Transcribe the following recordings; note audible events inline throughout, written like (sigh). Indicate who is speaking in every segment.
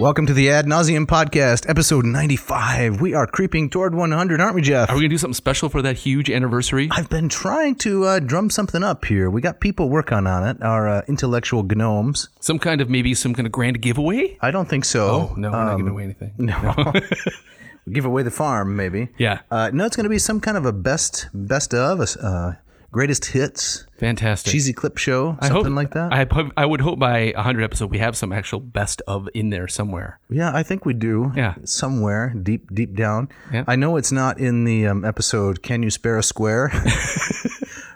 Speaker 1: Welcome to the Ad Nauseum Podcast, episode 95. We are creeping toward 100, aren't we, Jeff?
Speaker 2: Are we gonna do something special for that huge anniversary?
Speaker 1: I've been trying to uh, drum something up here. We got people working on it, our uh, intellectual gnomes.
Speaker 2: Some kind of maybe some kind of grand giveaway?
Speaker 1: I don't think so. Um,
Speaker 2: Oh no, we're not giving away anything.
Speaker 1: (laughs) No. Give away the farm, maybe.
Speaker 2: Yeah.
Speaker 1: Uh, no, it's going to be some kind of a best best of, uh, greatest hits,
Speaker 2: Fantastic.
Speaker 1: cheesy clip show,
Speaker 2: I
Speaker 1: something
Speaker 2: hope-
Speaker 1: like that.
Speaker 2: I, hope- I would hope by 100 episode we have some actual best of in there somewhere.
Speaker 1: Yeah, I think we do.
Speaker 2: Yeah.
Speaker 1: Somewhere deep, deep down.
Speaker 2: Yeah.
Speaker 1: I know it's not in the um, episode Can You Spare a
Speaker 2: (laughs)
Speaker 1: Square?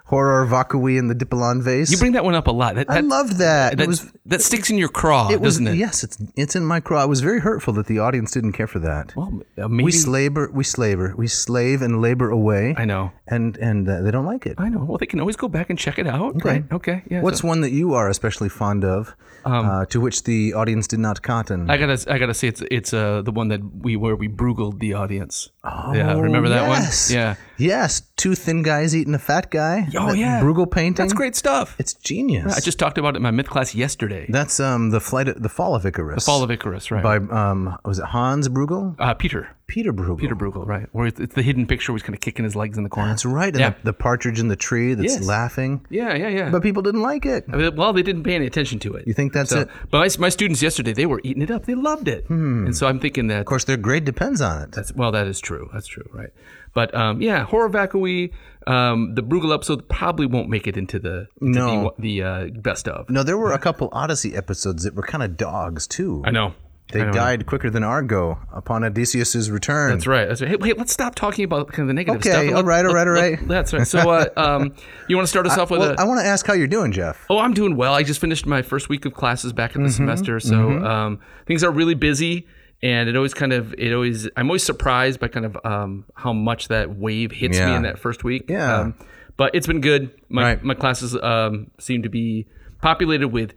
Speaker 1: Horror Vakui in the Dipolon vase.
Speaker 2: You bring that one up a lot. That
Speaker 1: I
Speaker 2: that,
Speaker 1: loved that.
Speaker 2: that,
Speaker 1: it was
Speaker 2: that sticks in your craw,
Speaker 1: it was
Speaker 2: doesn't it?
Speaker 1: yes, it's it's in my craw. I was very hurtful that the audience didn't care for that.
Speaker 2: Well, uh,
Speaker 1: we
Speaker 2: maybe
Speaker 1: slaver we slaver. We slave and labor away
Speaker 2: I know.
Speaker 1: and and uh, they don't like it.
Speaker 2: I know. Well, they can always go back and check it out.
Speaker 1: Okay.
Speaker 2: Right? Okay. Yeah.
Speaker 1: What's
Speaker 2: so-
Speaker 1: one
Speaker 2: Um,
Speaker 1: that you are especially fond of uh, to which the audience did not cotton?
Speaker 2: I gotta, I gotta say, it's it's uh the one that we where we brugled the audience. Oh, yeah, remember that
Speaker 1: yes.
Speaker 2: one? Yeah,
Speaker 1: Yes, two thin guys eating a fat guy.
Speaker 2: Oh,
Speaker 1: That
Speaker 2: yeah.
Speaker 1: Bruegel painting.
Speaker 2: that's great stuff.
Speaker 1: It's genius.
Speaker 2: I just talked about it in my myth class yesterday.
Speaker 1: that's um the flight of, the fall of Icarus.
Speaker 2: Fall of Icarus, right?
Speaker 1: by um was it Hans Bruegel?
Speaker 2: uh, Peter.
Speaker 1: Peter Bruegel.
Speaker 2: Peter Bruegel, right? Where it's, it's the hidden picture where he's kind of kicking his legs in the corner.
Speaker 1: That's right. And
Speaker 2: Yeah.
Speaker 1: the, the partridge in the tree that's
Speaker 2: Yes.
Speaker 1: laughing.
Speaker 2: yeah, yeah, yeah.
Speaker 1: But people didn't like it.
Speaker 2: I mean, well, they didn't pay any attention to it. Hmm.
Speaker 1: You think that's
Speaker 2: so,
Speaker 1: it? Of
Speaker 2: But my, my students yesterday, they were eating it up. They loved it. And so I'm thinking that
Speaker 1: course, their grade depends on it.
Speaker 2: that's well, that is true. That's true, right? But um, yeah, horror vacui, um, the Bruegel episode probably won't make it into the to
Speaker 1: No.
Speaker 2: the, the uh, best of.
Speaker 1: No, there were a couple Odyssey episodes that were kind of dogs too.
Speaker 2: I know.
Speaker 1: They
Speaker 2: I know.
Speaker 1: died quicker than Argo upon Odysseus's return.
Speaker 2: That's right. That's right. Hey, wait, let's stop talking about kind of the negative
Speaker 1: Okay,
Speaker 2: stuff. and
Speaker 1: all
Speaker 2: let-
Speaker 1: right, all
Speaker 2: let-
Speaker 1: right, all
Speaker 2: let-
Speaker 1: right.
Speaker 2: That's right. So, uh, um, you want to start us off with
Speaker 1: Well,
Speaker 2: a?
Speaker 1: I want to ask how you're doing, Jeff.
Speaker 2: Oh, I'm doing well. I just finished my first week of classes back in
Speaker 1: Mm-hmm.
Speaker 2: the semester, so um, things are really busy. And it always kind of, it always, I'm always surprised by kind of um, how much that wave hits me
Speaker 1: Yeah.
Speaker 2: in that first week.
Speaker 1: Yeah.
Speaker 2: Um, but it's been good. My
Speaker 1: Right.
Speaker 2: my classes um, seem to be populated with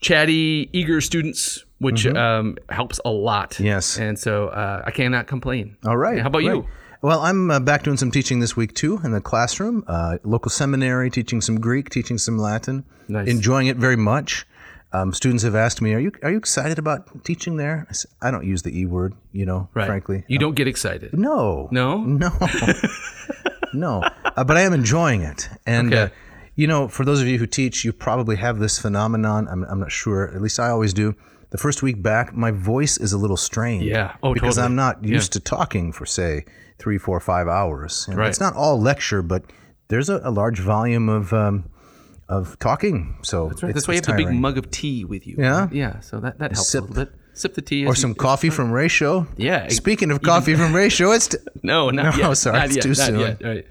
Speaker 2: chatty, eager students, which um, helps a lot.
Speaker 1: Mm-hmm. Yes.
Speaker 2: And so uh, I cannot complain.
Speaker 1: All right.
Speaker 2: How about
Speaker 1: right.
Speaker 2: you?
Speaker 1: Well, I'm uh, back doing some teaching this week too in the classroom, uh, local seminary, teaching some Greek, teaching some Latin.
Speaker 2: Nice.
Speaker 1: Enjoying it very much. Um, students have asked me, "Are you are you excited about teaching there?" I, s- I don't use the e word, you know. Frankly, um,
Speaker 2: you don't get excited.
Speaker 1: no,
Speaker 2: No? (laughs)
Speaker 1: no, no. Uh, but I am enjoying it, and.
Speaker 2: Okay.
Speaker 1: Uh, you know, for those of you who teach, you probably have this phenomenon. I'm, I'm not sure. At least I always do. The first week back, my voice is a little strained.
Speaker 2: Yeah. Oh,
Speaker 1: because
Speaker 2: totally.
Speaker 1: I'm not used to talking for say three, four, five hours. And
Speaker 2: Right.
Speaker 1: It's not all lecture, but there's a, a large volume of um, of talking. So that's,
Speaker 2: That's why you have the big mug of tea with you.
Speaker 1: Yeah?
Speaker 2: right? Yeah. So that, that helps
Speaker 1: Sip.
Speaker 2: a little bit. Sip the tea.
Speaker 1: or some coffee from Ratio.
Speaker 2: Yeah, ex-
Speaker 1: Speaking of coffee from Ratio, it's t-
Speaker 2: No, not
Speaker 1: No, (laughs)
Speaker 2: yet.
Speaker 1: sorry,
Speaker 2: not
Speaker 1: it's
Speaker 2: yet,
Speaker 1: too
Speaker 2: not
Speaker 1: soon.
Speaker 2: yet. All right.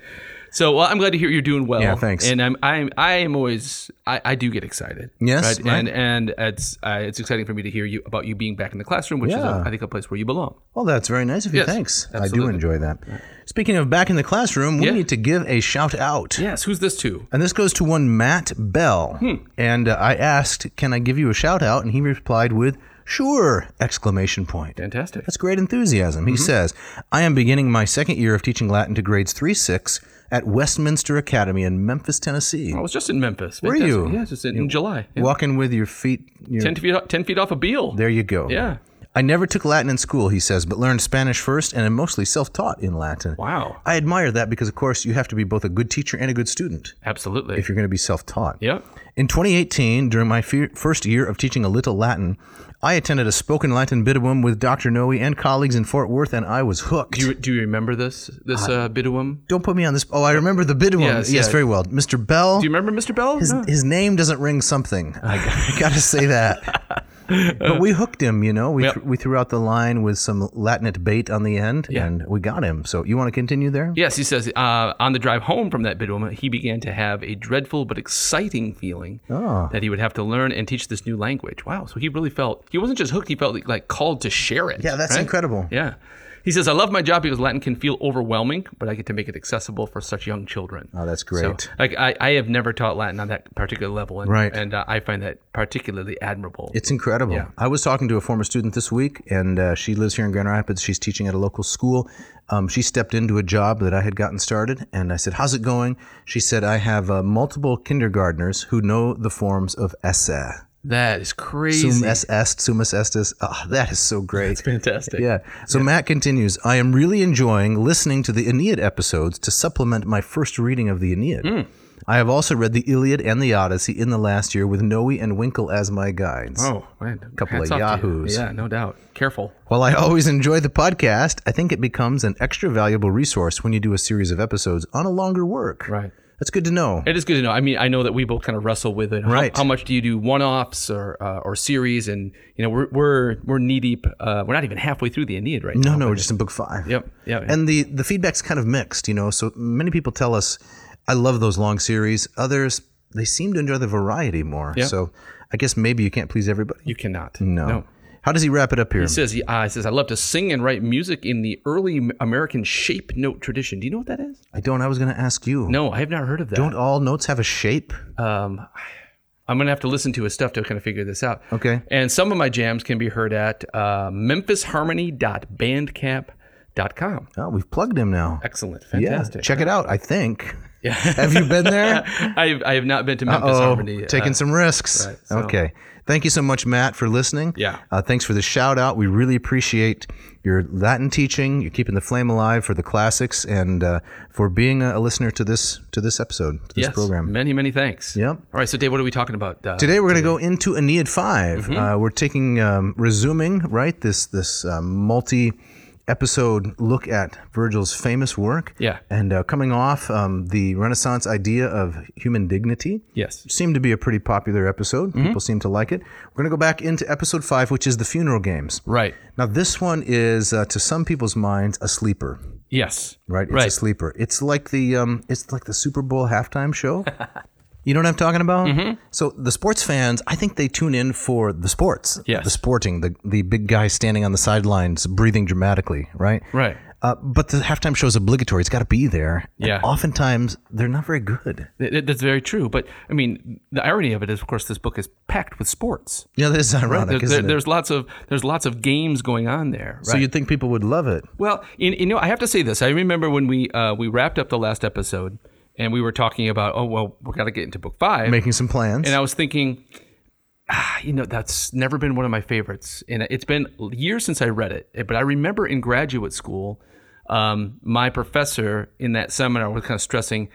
Speaker 2: So, well, I'm glad to hear you're doing well.
Speaker 1: Yeah, thanks.
Speaker 2: And I'm, I'm, I am always, I, I do get excited.
Speaker 1: Yes, right.
Speaker 2: And and it's, uh, it's exciting for me to hear you about you being back in the classroom, which is,
Speaker 1: Yeah.
Speaker 2: a, I think, a place where you belong.
Speaker 1: Well, that's very nice of you.
Speaker 2: Yes,
Speaker 1: Thanks. I do
Speaker 2: absolutely.
Speaker 1: enjoy that. Speaking of back in the classroom, we
Speaker 2: Yeah.
Speaker 1: need to give a shout out.
Speaker 2: Yes. Who's this to?
Speaker 1: And this goes to one Matt Bell.
Speaker 2: Hmm.
Speaker 1: And uh, I asked, "Can I give you a shout out?" And he replied with, "Sure!" exclamation point.
Speaker 2: Fantastic.
Speaker 1: That's great enthusiasm.
Speaker 2: Mm-hmm.
Speaker 1: He says, I am beginning my second year of teaching Latin to grades 3 6 at Westminster Academy in Memphis, Tennessee.
Speaker 2: I was just in Memphis.
Speaker 1: Were
Speaker 2: Fantastic.
Speaker 1: you?
Speaker 2: Yeah, just in, in July. Oh, Yeah.
Speaker 1: Walking with your feet. Your,
Speaker 2: Ten feet, o- ten feet off a Beal.
Speaker 1: there you go.
Speaker 2: Yeah.
Speaker 1: I never took Latin in school, he says, but learned Spanish first and am mostly self taught in Latin.
Speaker 2: Wow.
Speaker 1: I admire that because, of course, you have to be both a good teacher and a good student
Speaker 2: Absolutely.
Speaker 1: if you're going to be self taught.
Speaker 2: Yep.
Speaker 1: In 2018, during my fe- first year of teaching a little Latin, I attended a spoken Latin bidwum with Dr. Noe and colleagues in Fort Worth, and I was hooked.
Speaker 2: Do you, do you remember this this uh, Biduum?
Speaker 1: Don't put me on this. Oh, I remember the bid one. Yes,
Speaker 2: Yes, yeah.
Speaker 1: very well. Mr. Bell,
Speaker 2: Do you remember Mr. Bell?
Speaker 1: his,
Speaker 2: No.
Speaker 1: his name doesn't ring
Speaker 2: (laughs)
Speaker 1: something. I, I gotta say that. But we hooked him, you know. We,
Speaker 2: Yep.
Speaker 1: th- we threw out the line with some Latinate bait on the end, and we got him. So you want to continue there?
Speaker 2: Yes, he says uh, on the drive home from that bidwoma, he began to have a dreadful but exciting feeling
Speaker 1: Oh.
Speaker 2: that he would have to learn and teach this new language. Wow! So he really felt he wasn't just hooked; he felt like, like called to share it.
Speaker 1: Yeah, that's
Speaker 2: right?
Speaker 1: incredible.
Speaker 2: Yeah. He says, I love my job because Latin can feel overwhelming, but I get to make it accessible for such young children.
Speaker 1: Oh, that's
Speaker 2: So,
Speaker 1: great.
Speaker 2: like I, I have never taught Latin on that particular level, and,
Speaker 1: Right.
Speaker 2: and uh, I find that particularly admirable.
Speaker 1: It's incredible. I was talking to a former student this week, and uh, she lives here in Grand Rapids. She's teaching at a local school. Um, she stepped into a job that I had gotten started, and I said, "How's it going?" She said, "I have uh, multiple kindergartners who know the forms of esse,
Speaker 2: that is crazy.
Speaker 1: sum es est, sumus estis." Ah, that is so great.
Speaker 2: Fantastic.
Speaker 1: Yeah. So Matt continues, I am really enjoying listening to the Aeneid episodes to supplement my first reading of the Aeneid. I have also read the Iliad and the Odyssey in the last year with Noe and Winkle as my guides.
Speaker 2: Oh, man.
Speaker 1: Couple
Speaker 2: Hats
Speaker 1: of
Speaker 2: off to you.
Speaker 1: yahoos.
Speaker 2: Yeah, no doubt. Careful.
Speaker 1: While I always enjoy the podcast, I think it becomes an extra valuable resource when you do a series of episodes on a longer work.
Speaker 2: Right.
Speaker 1: That's good to know.
Speaker 2: It is good to know. I mean, I know that we both kind of wrestle with it. How-
Speaker 1: Right.
Speaker 2: How, much do you do one-offs or uh, or series? And you know, we're we're we're knee deep. Uh, we're not even halfway through the Aeneid right now.
Speaker 1: No, no, we're just in book five.
Speaker 2: Yep. Yeah. yeah.
Speaker 1: And the the feedback's kind of mixed, you know. So many people tell us, I love those long series. Others they seem to enjoy the variety more. So I guess maybe you can't please everybody.
Speaker 2: you cannot.
Speaker 1: no. How does he wrap it up here?
Speaker 2: He says, he, uh, he says, I love to sing and write music in the early American shape note tradition. Do you know what that is?
Speaker 1: I don't. I was going to ask you.
Speaker 2: No, I have not heard of that.
Speaker 1: Don't all notes have a shape?
Speaker 2: um, I'm gonna have to listen to his stuff to kind of figure this out.
Speaker 1: Okay.
Speaker 2: And some of my jams can be heard at uh, memphisharmony.bandcamp.com.
Speaker 1: Oh, we've plugged him now.
Speaker 2: Excellent,
Speaker 1: Yeah.
Speaker 2: fantastic.
Speaker 1: Check it out. I think. Yeah. have you been
Speaker 2: (laughs)
Speaker 1: there?
Speaker 2: I, I have not been to Memphis
Speaker 1: Oh,
Speaker 2: Harmony. uh,
Speaker 1: taking some risks.
Speaker 2: so-
Speaker 1: Okay. Thank you so much, Matt, for listening.
Speaker 2: Yeah.
Speaker 1: Uh, thanks for the shout out. We really appreciate your Latin teaching. You're keeping the flame alive for the classics and uh, for being a, a listener to this to this episode, to this
Speaker 2: yes,
Speaker 1: program.
Speaker 2: Many, many thanks.
Speaker 1: Yep.
Speaker 2: All right, so Dave, what are we talking about? Uh,
Speaker 1: Today we're going to go into Aeneid 5
Speaker 2: Mm-hmm.
Speaker 1: Uh, we're taking um, resuming right this this uh, multi episode look at Virgil's famous work.
Speaker 2: Yeah.
Speaker 1: and uh, coming off um, the Renaissance idea of human dignity.
Speaker 2: Yes.
Speaker 1: seemed to be a pretty popular episode.
Speaker 2: Mm-hmm.
Speaker 1: People seem to like it. We're going to go back into episode five, which is the funeral games.
Speaker 2: Right.
Speaker 1: Now this one is uh, to some people's minds a sleeper.
Speaker 2: Yes.
Speaker 1: Right, it's a
Speaker 2: Right.
Speaker 1: sleeper. It's like the um, it's like the Super Bowl halftime
Speaker 2: (laughs)
Speaker 1: show. you know what I'm talking about?
Speaker 2: Mm-hmm.
Speaker 1: So the sports fans, I think they tune in for the sports,
Speaker 2: Yes.
Speaker 1: the sporting, the the big guy standing on the sidelines breathing dramatically, right?
Speaker 2: Right.
Speaker 1: Uh, but the halftime show is obligatory. It's got to be there. And
Speaker 2: Yeah.
Speaker 1: oftentimes they're not very good.
Speaker 2: Th- th- That's very true. But I mean, the irony of it is, of course, this book is packed with sports.
Speaker 1: Yeah, that is ironic,
Speaker 2: There-
Speaker 1: isn't
Speaker 2: there-
Speaker 1: it?
Speaker 2: there's lots of there's lots of games going on there. Right?
Speaker 1: So you'd think people would love it.
Speaker 2: Well, you, you know, I have to say this. I remember when we uh, we wrapped up the last episode, and we were talking about, oh well, we got to get into book five,
Speaker 1: Making some plans.
Speaker 2: and I was thinking, ah, you know, that's never been one of my favorites, and it's been years since I read it. But I remember in graduate school, um, my professor in that seminar was kind of stressing,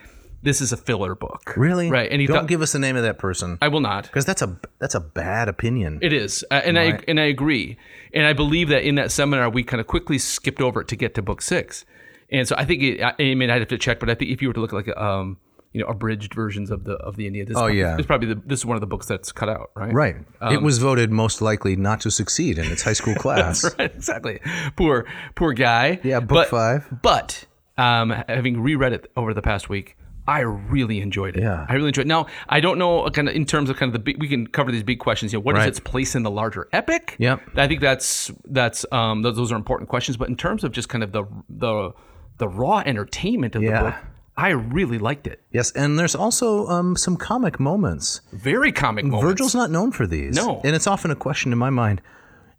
Speaker 2: this is a filler book,
Speaker 1: really?
Speaker 2: right? And he
Speaker 1: don't
Speaker 2: thought,
Speaker 1: give us the name of that person
Speaker 2: I will not.
Speaker 1: because that's a that's a bad opinion.
Speaker 2: It is, uh, and I and I agree, and I believe that in that seminar we kind of quickly skipped over it to get to book six, and so I think it, I, I mean I'd have to check, but I think if you were to look at like um you know abridged versions of the of the India, this
Speaker 1: Oh,
Speaker 2: probably,
Speaker 1: yeah.
Speaker 2: this is probably the, this is one of the books that's cut out, right?
Speaker 1: Right. it
Speaker 2: Um,
Speaker 1: was voted most likely not to succeed in its high
Speaker 2: (laughs)
Speaker 1: school class.
Speaker 2: right, exactly. Poor poor guy.
Speaker 1: Yeah, book
Speaker 2: But-
Speaker 1: five.
Speaker 2: But um, having reread it over the past week, I really enjoyed it.
Speaker 1: Yeah.
Speaker 2: I really enjoyed. it. Now I don't know kind of in terms of kind of the big, we can cover these big questions. You know, what is
Speaker 1: Right.
Speaker 2: its place in the larger epic?
Speaker 1: Yep.
Speaker 2: I think that's that's um, those, those are important questions. But in terms of just kind of the the the raw entertainment of
Speaker 1: Yeah.
Speaker 2: the book, I really liked it.
Speaker 1: Yes, and there's also um, some comic moments.
Speaker 2: Very comic moments. (laughs)
Speaker 1: Virgil's not known for these.
Speaker 2: No.
Speaker 1: And it's often a question in my mind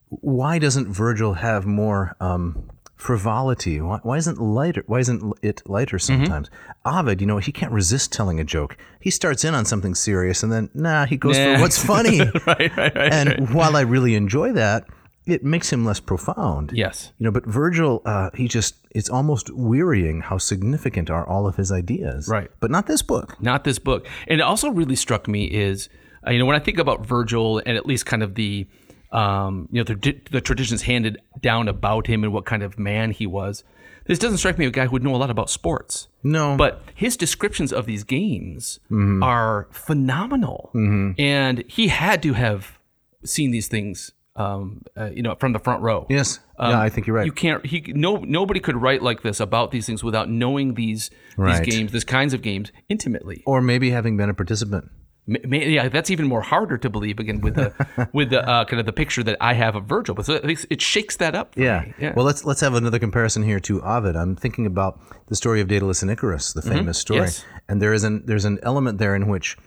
Speaker 1: why doesn't Virgil have more um, frivolity? Why, why isn't lighter? Why isn't it lighter
Speaker 2: Mm-hmm.
Speaker 1: sometimes? Ovid, you know, he can't resist telling a joke. He starts in on something serious, and then nah, he goes for what's funny.
Speaker 2: (laughs) right, right,
Speaker 1: (laughs)
Speaker 2: right.
Speaker 1: and while I really enjoy that, it makes him less profound.
Speaker 2: yes.
Speaker 1: You know, but Virgil, uh, he just, it's almost wearying how significant are all of his ideas.
Speaker 2: Right.
Speaker 1: But not this book.
Speaker 2: not this book. And it also really struck me is, uh, you know, when I think about Virgil and at least kind of the, um, you know, the, the traditions handed down about him and what kind of man he was, this doesn't strike me as a guy who would know a lot about sports.
Speaker 1: No. Mm-hmm.
Speaker 2: But his descriptions of these games are phenomenal, and he had to have seen these things, um, uh, you know, from the front row.
Speaker 1: Yes. yeah, I think you're right.
Speaker 2: Um, You can't. He no. Nobody could write like this about these things without knowing these
Speaker 1: Right.
Speaker 2: these games, these kinds of games intimately.
Speaker 1: or maybe having been a participant.
Speaker 2: Ma- ma- Yeah, that's even more harder to believe again
Speaker 1: (laughs)
Speaker 2: with the with the uh, kind of the picture that I have of Virgil. But so at least it shakes that up. for
Speaker 1: Yeah.
Speaker 2: me.
Speaker 1: Well, let's let's have another comparison here to Ovid. I'm thinking about the story of Daedalus and Icarus, the famous story,
Speaker 2: Mm-hmm. Yes.
Speaker 1: and there is an there's an element there in which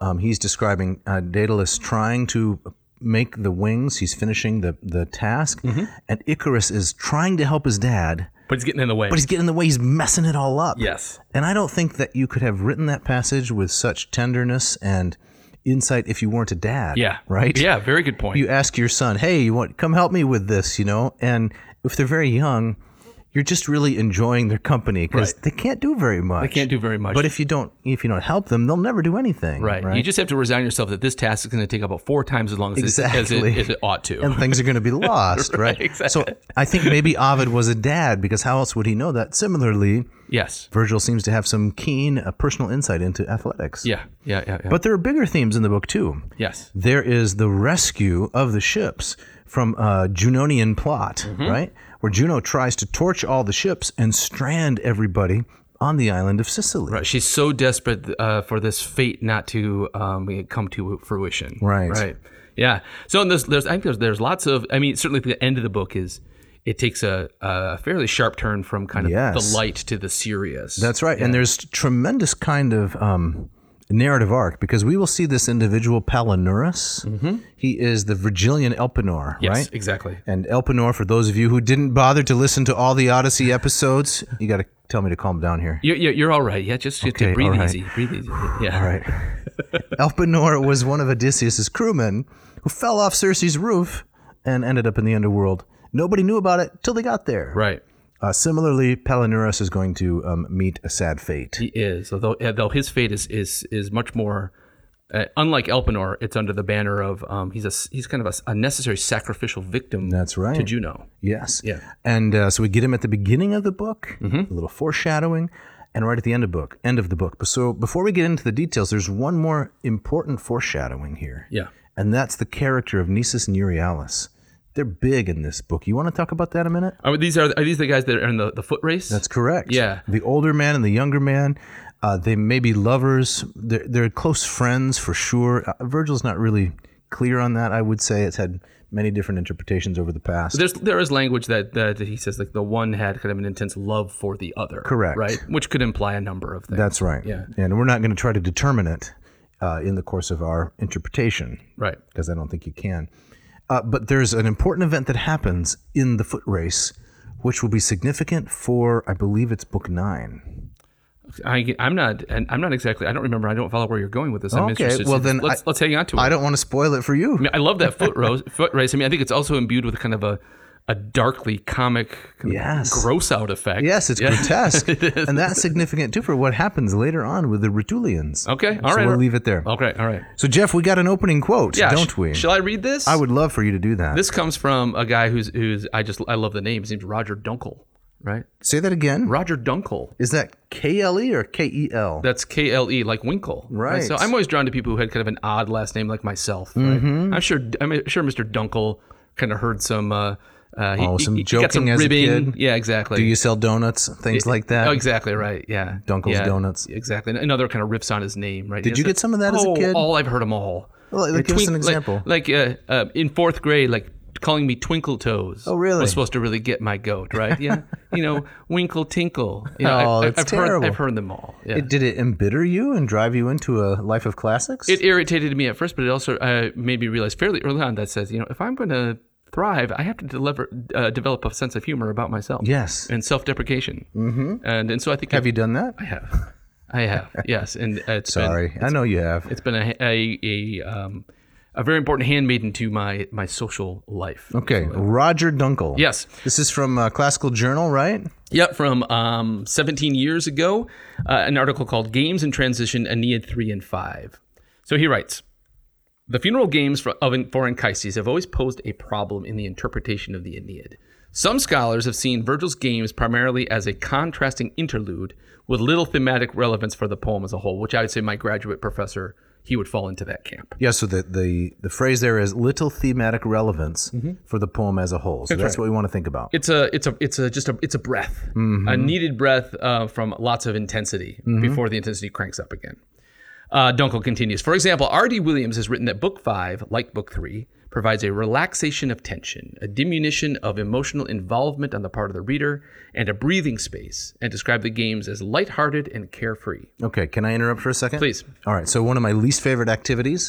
Speaker 1: um, he's describing uh, Daedalus trying to make the wings. He's finishing the the task,
Speaker 2: Mm-hmm.
Speaker 1: and Icarus is trying to help his dad,
Speaker 2: but it's getting in the way.
Speaker 1: but he's getting in the way. He's messing it all up.
Speaker 2: Yes.
Speaker 1: And I don't think that you could have written that passage with such tenderness and insight if you weren't a dad.
Speaker 2: yeah.
Speaker 1: Right
Speaker 2: Yeah. Very good point.
Speaker 1: you ask your son, "Hey, you want come help me with this?" You know, and if they're very young, you're just really enjoying their company because they can't do very much.
Speaker 2: I can't do very much.
Speaker 1: But if you don't, if you don't help them, they'll never do anything.
Speaker 2: Right. You just have to resign yourself that this task is going to take about four times as long as, it, as,
Speaker 1: Exactly.
Speaker 2: it, as it ought to.
Speaker 1: and things are going to
Speaker 2: (laughs)
Speaker 1: be lost, right? So I think maybe Ovid was a dad because how else would he know that? Similarly,
Speaker 2: yes.
Speaker 1: Virgil seems to have some keen uh, personal insight into athletics.
Speaker 2: Yeah. Yeah. Yeah. yeah.
Speaker 1: But there are bigger themes in the book too.
Speaker 2: yes.
Speaker 1: there is the rescue of the ships from a Junonian plot,
Speaker 2: Mm-hmm.
Speaker 1: right? Where Juno tries to torch all the ships and strand everybody on the island of Sicily.
Speaker 2: Right. She's so desperate uh, for this fate not to um, come to fruition.
Speaker 1: Right.
Speaker 2: Right. Yeah. So and there's, there's I think there's, there's lots of I mean certainly the end of the book is it takes a, a fairly sharp turn from kind of
Speaker 1: Yes.
Speaker 2: the light to the serious.
Speaker 1: That's right. And there's tremendous kind of um, narrative arc because we will see this individual Palinurus. He is the Virgilian Elpenor,
Speaker 2: Mm-hmm. yes,
Speaker 1: right?
Speaker 2: exactly.
Speaker 1: And Elpenor, for those of you who didn't bother to listen to all the Odyssey episodes, you got to tell me to calm down here.
Speaker 2: You're, you're, you're all right. Yeah. Just, just
Speaker 1: Okay, all
Speaker 2: breathe
Speaker 1: right.
Speaker 2: easy. Breathe easy. Yeah.
Speaker 1: All right. Elpenor was one of Odysseus's crewmen who fell off Circe's roof and ended up in the underworld. Nobody knew about it till they got there.
Speaker 2: Right.
Speaker 1: Uh, similarly, Palinurus is going to um, meet a sad fate.
Speaker 2: He is, although though his fate is is is much more. Uh, unlike Elpenor, it's under the banner of um, he's a s- he's kind of a, s- a necessary sacrificial victim.
Speaker 1: That's right.
Speaker 2: to Juno.
Speaker 1: Yes.
Speaker 2: Yeah. Mm-hmm.
Speaker 1: And uh, so we get him at the beginning of the book, a little foreshadowing, and right at the end of book, end of the book. So before we get into the details, there's one more important foreshadowing here.
Speaker 2: Yeah,
Speaker 1: And that's the character of Nisus and Euryalus. They're big in this book. You want to talk about that a minute?
Speaker 2: are these are, are these the guys that are in the, the foot race?
Speaker 1: That's correct.
Speaker 2: Yeah.
Speaker 1: The older man and the younger man, uh, they may be lovers. They're, they're close friends for sure. Uh, Virgil's not really clear on that, I would say. It's had many different interpretations over the past.
Speaker 2: there's there is language that that he says like the one had kind of an intense love for the other.
Speaker 1: Correct.
Speaker 2: Right, which could imply a number of things.
Speaker 1: That's right.
Speaker 2: Yeah.
Speaker 1: And we're not going to try to determine it uh, in the course of our interpretation
Speaker 2: right.
Speaker 1: because I don't think you can. Uh, but there's an important event that happens in the foot race, which will be significant for, I believe it's book nine.
Speaker 2: I, I'm not and I'm not exactly. I don't remember. I don't follow where you're going with this. I'm
Speaker 1: Okay,
Speaker 2: interested.
Speaker 1: well
Speaker 2: So
Speaker 1: then
Speaker 2: let's
Speaker 1: I-
Speaker 2: let's hang on to it.
Speaker 1: I don't want to spoil it for you.
Speaker 2: I mean, I love that foot race. (laughs) Foot race. I mean, I think it's also imbued with kind of a, a darkly comic, kind of
Speaker 1: Yes.
Speaker 2: gross out effect.
Speaker 1: Yes, it's
Speaker 2: Yeah. (laughs)
Speaker 1: grotesque, and that's significant too for what happens later on with the Rutulians.
Speaker 2: Okay, all
Speaker 1: so
Speaker 2: right.
Speaker 1: we'll leave it there.
Speaker 2: Okay. All right.
Speaker 1: So Jeff, we got an opening quote,
Speaker 2: Yeah.
Speaker 1: don't
Speaker 2: sh-
Speaker 1: we?
Speaker 2: Shall I read this?
Speaker 1: I would love for you to do that.
Speaker 2: This comes from a guy who's who's I just I love the name. His name's Roger Dunkel. Right.
Speaker 1: Say that again.
Speaker 2: Roger Dunkel.
Speaker 1: Is that K L E or K E L?
Speaker 2: That's K L E, like Winkle.
Speaker 1: Right.
Speaker 2: So I'm always drawn to people who had kind of an odd last name, like myself. Right?
Speaker 1: Mm-hmm.
Speaker 2: I'm sure. I'm sure Mr. Dunkel kind of heard some. Uh, uh, he,
Speaker 1: Oh, some
Speaker 2: he- he got some
Speaker 1: joking as a
Speaker 2: ribbing.
Speaker 1: kid?
Speaker 2: Yeah, exactly.
Speaker 1: Do you sell donuts, things like that?
Speaker 2: Oh, exactly right. Yeah,
Speaker 1: Dunkel's
Speaker 2: Yeah,
Speaker 1: Donuts.
Speaker 2: Exactly. And Another kind of rips on his name, right?
Speaker 1: Did you
Speaker 2: It's
Speaker 1: get some of that as a
Speaker 2: oh,
Speaker 1: kid?
Speaker 2: All I've heard them all.
Speaker 1: Well, like,
Speaker 2: Like
Speaker 1: give us an
Speaker 2: twink-
Speaker 1: example.
Speaker 2: Like, like, uh, uh, in fourth grade, like calling me Twinkle Toes.
Speaker 1: Oh, really?
Speaker 2: Was supposed to really get my goat, right?
Speaker 1: (laughs)
Speaker 2: Yeah. you know, Winkle Tinkle. You know,
Speaker 1: Oh,
Speaker 2: I,
Speaker 1: that's
Speaker 2: have Heard,
Speaker 1: terrible.
Speaker 2: I've heard them all. Yeah.
Speaker 1: It- Did it embitter you and drive you into a life of classics?
Speaker 2: It irritated me at first, but it also uh, made me realize fairly early on that says, you know, if I'm going to thrive, I have to deliver, uh, develop a sense of humor about myself.
Speaker 1: yes.
Speaker 2: And self-deprecation. Mm-hmm. And and so I think
Speaker 1: Have you done that?
Speaker 2: (laughs) I have. I have. Yes, and it's
Speaker 1: Sorry, I know you have.
Speaker 2: been it's been a a, a um a very important handmaiden to my my social life.
Speaker 1: Okay, Roger Dunkel.
Speaker 2: Yes.
Speaker 1: This is from uh, Classical Journal, right?
Speaker 2: Yep, from um 17 years ago, uh, an article called "Games in Transition: Aeneid 3 and 5." So he writes. The funeral games for, of Enchirites have always posed a problem in the interpretation of the Aeneid. Some scholars have seen Virgil's games primarily as a contrasting interlude with little thematic relevance for the poem as a whole, which I would say my graduate professor, he would fall into that camp.
Speaker 1: Yeah, so the, the, the phrase there is little thematic relevance for the poem as a whole. So that's, what we want to think about.
Speaker 2: It's a, it's a, it's a, just a, it's a breath,
Speaker 1: Mm-hmm.
Speaker 2: a needed breath uh, from lots of intensity before the intensity cranks up again. Uh, Dunkel continues. For example, R.D. Williams has written that Book 5, like Book 3, provides a relaxation of tension, a diminution of emotional involvement on the part of the reader, and a breathing space, and described the games as lighthearted and carefree.
Speaker 1: Okay, can I interrupt for a second?
Speaker 2: Please.
Speaker 1: All right, so one of my least favorite activities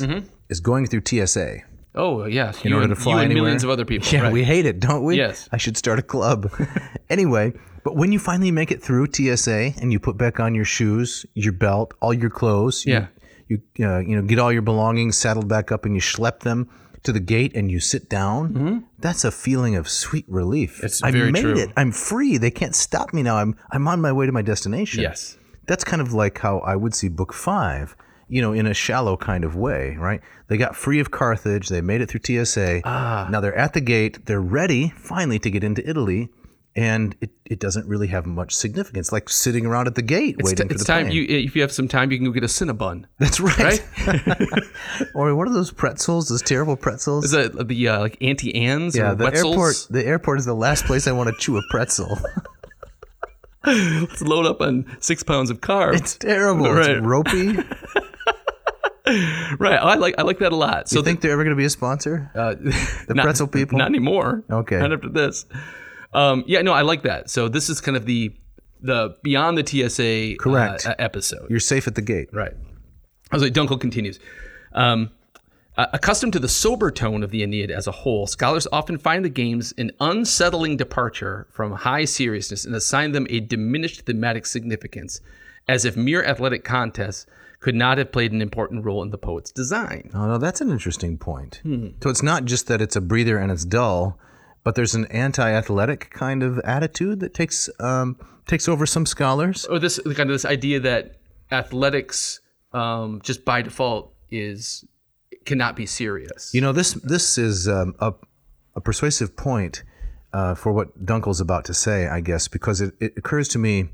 Speaker 1: is going through TSA.
Speaker 2: Oh,
Speaker 1: uh,
Speaker 2: yes. In you
Speaker 1: order
Speaker 2: and,
Speaker 1: to fly
Speaker 2: you and
Speaker 1: anywhere?
Speaker 2: millions of other people.
Speaker 1: (laughs) Yeah,
Speaker 2: right.
Speaker 1: we hate it, don't we?
Speaker 2: Yes.
Speaker 1: I should start a club. (laughs) anyway, but when you finally make it through TSA and you put back on your shoes, your belt, all your clothes, you-
Speaker 2: Yeah.
Speaker 1: you, uh, you know get all your belongings saddled back up and you schlep them to the gate and you sit down. That's a feeling of sweet relief.
Speaker 2: Mm-hmm. It's
Speaker 1: I
Speaker 2: very
Speaker 1: made
Speaker 2: true.
Speaker 1: it. I'm free. They can't stop me now. I'm I'm on my way to my destination.
Speaker 2: Yes.
Speaker 1: That's kind of like how I would see book five, you know, in a shallow kind of way, right? They got free of Carthage, they made it through TSA. Ah. Now they're at the gate, they're ready finally to get into Italy, and it, it doesn't really have much significance, like sitting around at the gate
Speaker 2: It's,
Speaker 1: waiting
Speaker 2: ti- it's
Speaker 1: for the
Speaker 2: time.
Speaker 1: plane.
Speaker 2: You, if you have some time, you can go get a Cinnabon.
Speaker 1: That's right.
Speaker 2: Right?
Speaker 1: (laughs) or what are those pretzels? Those terrible pretzels?
Speaker 2: Is that the uh, like Auntie Anne's?
Speaker 1: yeah,
Speaker 2: or
Speaker 1: the
Speaker 2: Wetzel's?
Speaker 1: airport. The airport is the last place I want to chew a pretzel. (laughs)
Speaker 2: Let's load up on six pounds of carbs.
Speaker 1: It's terrible.
Speaker 2: Right.
Speaker 1: It's ropey.
Speaker 2: (laughs)
Speaker 1: Do
Speaker 2: right. I like I like that a lot. So
Speaker 1: you think they're ever going to be a sponsor?
Speaker 2: uh,
Speaker 1: (laughs) The
Speaker 2: not-
Speaker 1: pretzel people.
Speaker 2: Not anymore.
Speaker 1: Okay.
Speaker 2: Not after this. Um, yeah, no, I like that. So this is kind of the the beyond the TSA uh,
Speaker 1: Correct.
Speaker 2: uh, episode.
Speaker 1: You're safe at the gate.
Speaker 2: Right. I was like, Dunkel continues. Um, uh, accustomed to the sober tone of the Aeneid as a whole, scholars often find the games an unsettling departure from high seriousness and assign them a diminished thematic significance, as if mere athletic contests could not have played an important role in the poet's design.
Speaker 1: Oh, no, that's an interesting point.
Speaker 2: Hmm.
Speaker 1: So it's not just that it's a breather and it's dull, but there's an anti-athletic kind of attitude that takes um, takes over some scholars.
Speaker 2: Or this kind of this idea that athletics, um, just by default, is cannot be serious.
Speaker 1: You know, this this is um, a a persuasive point uh, for what Dunkel's about to say, I guess, because it, it occurs to me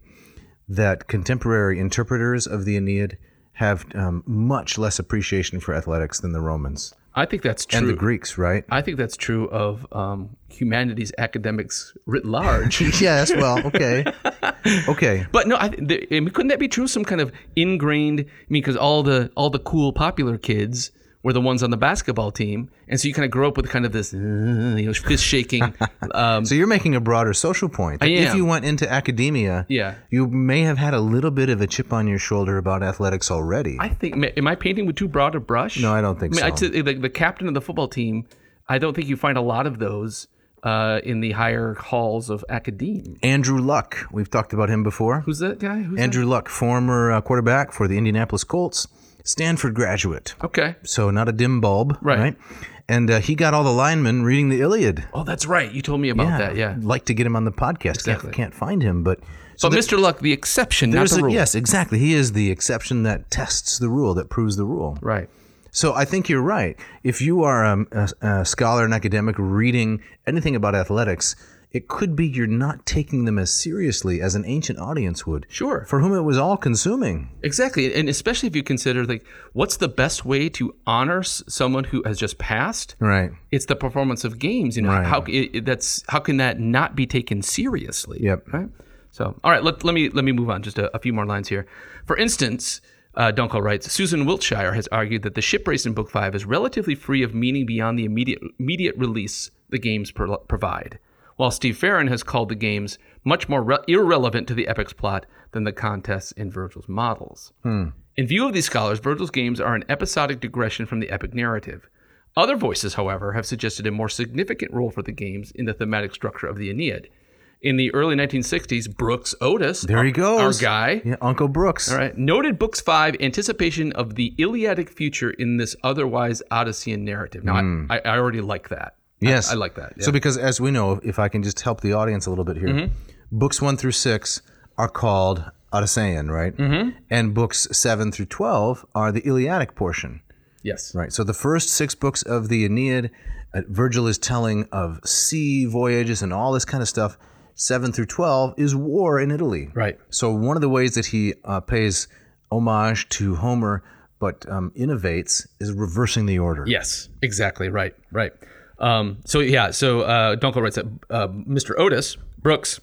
Speaker 1: that contemporary interpreters of the Aeneid have um, much less appreciation for athletics than the Romans
Speaker 2: I think that's true.
Speaker 1: and the Greeks, right?
Speaker 2: I think that's true of um, humanities academics
Speaker 1: (laughs)
Speaker 2: writ large.
Speaker 1: yes. Well, okay, okay.
Speaker 2: But no, I, th- I mean, couldn't that be true? Some kind of ingrained. I mean, because all the all the cool popular kids were the ones on the basketball team, and so you kind of grow up with kind of this, uh, you know,
Speaker 1: (laughs)
Speaker 2: fist shaking. Um,
Speaker 1: So you're making a broader social point. that
Speaker 2: I
Speaker 1: If
Speaker 2: am.
Speaker 1: you went into academia,
Speaker 2: Yeah.
Speaker 1: you may have had a little bit of a chip on your shoulder about athletics already.
Speaker 2: I think. ma- Am I painting with too broad a brush?
Speaker 1: no, I don't think
Speaker 2: I mean, I'd
Speaker 1: so.
Speaker 2: say, like the captain of the football team. I don't think you find a lot of those uh, in the higher halls of academe.
Speaker 1: Andrew Luck, we've talked about him before.
Speaker 2: Who's that guy? Who's
Speaker 1: Andrew Luck, former uh, quarterback for the Indianapolis Colts, Stanford graduate.
Speaker 2: That? Okay.
Speaker 1: So not a dim bulb,
Speaker 2: Right.
Speaker 1: right? And uh, he got all the linemen reading the Iliad.
Speaker 2: Oh, that's right. You told me about that. Yeah.
Speaker 1: I'd like to get him on the podcast.
Speaker 2: Exactly.
Speaker 1: Can't, can't find him, but
Speaker 2: So but Mr. Luck, the exception, not
Speaker 1: there's
Speaker 2: the
Speaker 1: a,
Speaker 2: rule.
Speaker 1: yes, exactly. He is the exception that tests the rule, that proves the rule.
Speaker 2: Right.
Speaker 1: So I think you're right. If you are um, a, a scholar and academic reading anything about athletics, it could be you're not taking them as seriously as an ancient audience would,
Speaker 2: Sure.
Speaker 1: for whom it was all consuming.
Speaker 2: Exactly, and especially if you consider like what's the best way to honor s- someone who has just passed?
Speaker 1: Right.
Speaker 2: It's the performance of games. You know
Speaker 1: Right.
Speaker 2: how it, it- that's how can that not be taken seriously?
Speaker 1: Yep.
Speaker 2: Right. So, all right, let, let me let me move on just a, a few more lines here. For instance, uh, Dunkel writes, Susan Wiltshire has argued that the ship race in Book Five is relatively free of meaning beyond the immediate immediate release the games pro- provide, while Steve Farron has called the games much more re- irrelevant to the epic's plot than the contests in Virgil's models. In view of these scholars, Virgil's games are an episodic digression from the epic narrative. Other voices, however, have suggested a more significant role for the games in the thematic structure of the Aeneid. In the early 1960s, Brooks Otis,
Speaker 1: There he
Speaker 2: our-
Speaker 1: goes.
Speaker 2: our guy,
Speaker 1: Yeah, Uncle Brooks.
Speaker 2: all right, noted Books 5 anticipation of the Iliadic future in this otherwise Odyssean narrative. Now, I, I, I already like that. I-
Speaker 1: Hmm. Yes.
Speaker 2: I, like that. yeah.
Speaker 1: So because as we know, if I can just help the audience a little bit here,
Speaker 2: Mm-hmm.
Speaker 1: books one through six are called Odyssean, right? Mm-hmm. And books seven through twelve are the Iliadic portion.
Speaker 2: yes.
Speaker 1: Right. So the first six books of the Aeneid, uh, Virgil is telling of sea voyages and all this kind of stuff. Seven through twelve is war in Italy.
Speaker 2: Right.
Speaker 1: So one of the ways that he uh, pays homage to Homer, but um, innovates, is reversing the order.
Speaker 2: Yes, exactly. Right, right. Um, so yeah, so uh, Dunkel writes that uh, Mr. Otis Brooks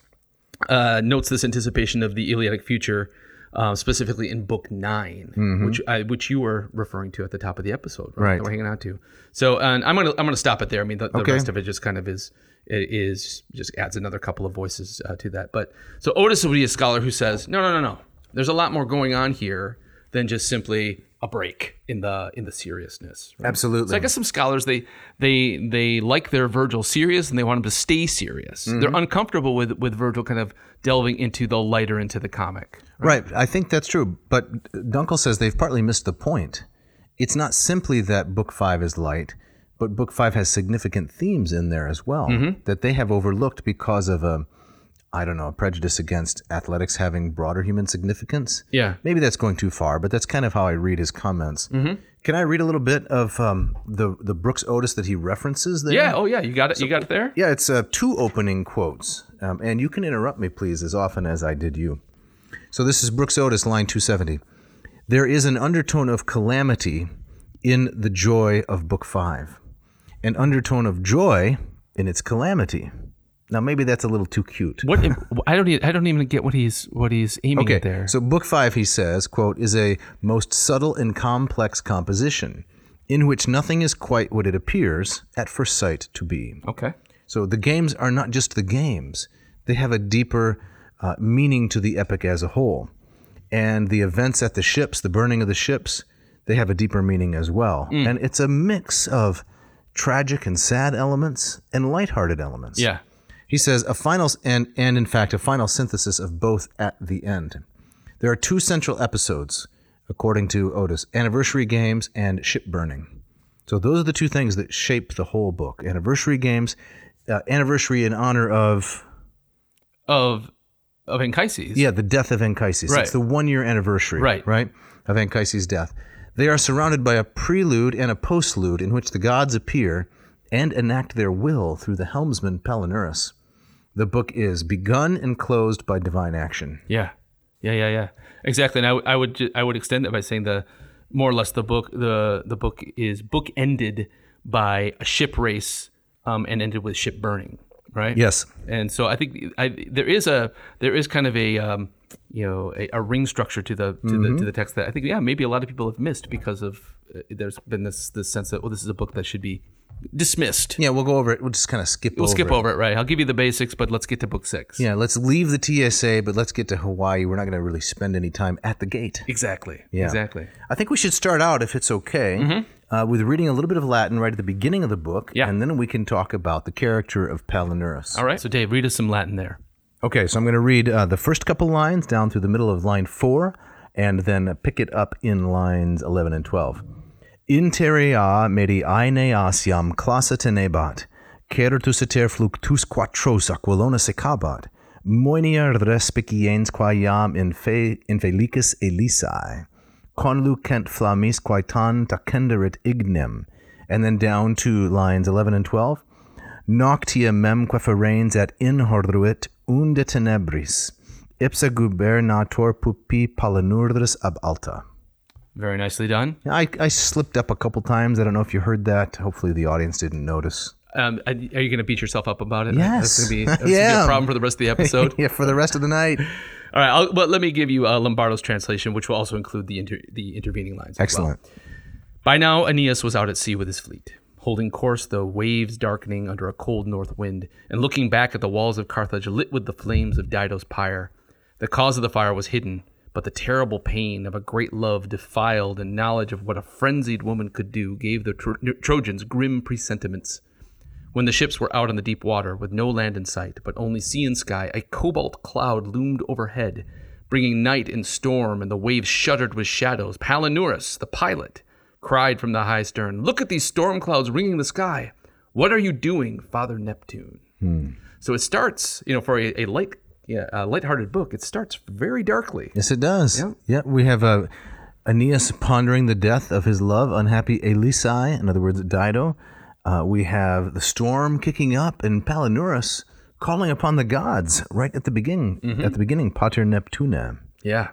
Speaker 2: uh, notes this anticipation of the Iliadic future uh, specifically in book 9 which I, which you were referring to at the top of the episode, right?
Speaker 1: Mm-hmm. Right.
Speaker 2: That we're hanging out to. So, and I'm gonna I'm gonna stop it there. I mean, the, the
Speaker 1: Okay.
Speaker 2: rest of it just kind of is it is just adds another couple of voices uh, to that. But so Otis would be a scholar who says, no, no, no, no. There's a lot more going on here than just simply a break in the in the seriousness. right?
Speaker 1: Absolutely.
Speaker 2: So I guess some scholars they they they like their Virgil serious and they want him to stay serious.
Speaker 1: Mm-hmm.
Speaker 2: They're uncomfortable with with Virgil kind of delving into the lighter into the comic.
Speaker 1: Right. I think that's true. But Dunkel says they've partly missed the point. It's not simply that book five is light, but book five has significant themes in there as well
Speaker 2: Mm-hmm.
Speaker 1: that they have overlooked because of a, I don't know, a prejudice against athletics having broader human significance.
Speaker 2: Yeah.
Speaker 1: Maybe that's going too far, but that's kind of how I read his comments.
Speaker 2: Mm-hmm.
Speaker 1: Can I read a little bit of um, the the Brooks Otis that he references there?
Speaker 2: Yeah. Oh yeah. You got it. You got it there.
Speaker 1: Yeah, it's uh, two opening quotes. Um, and you can interrupt me, please, as often as I did you. So this is Brooks Otis, line 270. There is an undertone of calamity in the joy of Book Five, an undertone of joy in its calamity. Now, maybe that's a little too cute.
Speaker 2: What I don't e- I don't even get what he's what he's aiming
Speaker 1: Okay,
Speaker 2: at there.
Speaker 1: so Book Five, he says, quote, is a most subtle and complex composition in which nothing is quite what it appears at first sight to be.
Speaker 2: okay.
Speaker 1: So the games are not just the games, they have a deeper uh, meaning to the epic as a whole. And the events at the ships, the burning of the ships, they have a deeper meaning as well. And it's a mix of tragic and sad elements and lighthearted elements.
Speaker 2: Yeah.
Speaker 1: He says a final and and in fact a final synthesis of both at the end. There are two central episodes, according to Otis: anniversary games and ship burning. So those are the two things that shape the whole book: anniversary games, uh, anniversary in honor of
Speaker 2: Of of Anchises.
Speaker 1: yeah the death of Anchises.
Speaker 2: Right.
Speaker 1: It's the one-year anniversary,
Speaker 2: Right.
Speaker 1: Right of Anchises' death. They are surrounded by a prelude and a postlude in which the gods appear and enact their will through the helmsman Palinurus. The book is begun and closed by divine action.
Speaker 2: Yeah, yeah, yeah, yeah. Exactly. And I, w- I would ju- I would extend that by saying the more or less the book the the book is book ended by a ship race um, and ended with ship burning. Right.
Speaker 1: Yes.
Speaker 2: And so I think I, there is a there is kind of a um, you know a, a ring structure to the to the
Speaker 1: Mm-hmm.
Speaker 2: to the text that I think yeah maybe a lot of people have missed because of uh, there's been this this sense that well this is a book that should be dismissed.
Speaker 1: Yeah, we'll go over it. We'll just kind of skip
Speaker 2: We'll
Speaker 1: over
Speaker 2: skip
Speaker 1: it.
Speaker 2: over it, right? I'll give you the basics, but let's get to book six.
Speaker 1: Yeah, let's leave the TSA, but let's get to Hawaii. We're not going to really spend any time at the gate.
Speaker 2: Exactly.
Speaker 1: Yeah.
Speaker 2: Exactly.
Speaker 1: I think we should start out, if it's okay, uh, with reading a little bit of Latin right at the beginning of the book.
Speaker 2: Yeah.
Speaker 1: And then we can talk about the character of Palinurus.
Speaker 2: All right. So Dave, read us some Latin there.
Speaker 1: Okay, so I'm going to read uh, the first couple lines down through the middle of line four, and then pick it up in lines 11 and 12. Interia medi aeneasiam classa tenebat, certus iter fluctus quatros aquilona secabat, moenia e respiciens qua iam in, fe, in felicis elisae, conlucent flammis quae tan tacenderit ignem, and then down to lines 11 and 12 noctia memque ferenes et inhorruit unde tenebris, ipsa gubernator pupi palinurdris ab alta.
Speaker 2: Very nicely done.
Speaker 1: I, I slipped up a couple times. I don't know if you heard that. Hopefully the audience didn't notice. (laughs)
Speaker 2: Um, are you going to beat yourself up about it?
Speaker 1: Yes. (laughs)
Speaker 2: That's going to be, that's gonna be
Speaker 1: Yeah.
Speaker 2: a problem for the rest of
Speaker 1: (laughs)
Speaker 2: the episode.
Speaker 1: yeah, for the rest of the night.
Speaker 2: All right. I'll, but let me give you uh, Lombardo's translation, which will also include the inter- the intervening lines. as well.
Speaker 1: Excellent.
Speaker 2: By now, Aeneas was out at sea with his fleet, holding course, the waves darkening under a cold north wind, and looking back at the walls of Carthage lit with the flames of Dido's pyre. The cause of the fire was hidden, but the terrible pain of a great love defiled and knowledge of what a frenzied woman could do gave the Tro- Trojans grim presentiments. When the ships were out on the deep water, with no land in sight, but only sea and sky, a cobalt cloud loomed overhead, bringing night and storm, and the waves shuddered with shadows. Palinurus, the pilot, cried from the high stern, Look at these storm clouds ringing the sky. What are you doing, Father Neptune? So it starts, you know, for a, a light, yeah, a lighthearted book, it starts very darkly.
Speaker 1: Yes, it does. Yeah, we have uh, Aeneas pondering the death of his love, unhappy Elisae, in other words, Dido. Uh, we have the storm kicking up and Palinurus calling upon the gods right at the beginning. At the beginning, Pater Neptuna.
Speaker 2: Yeah.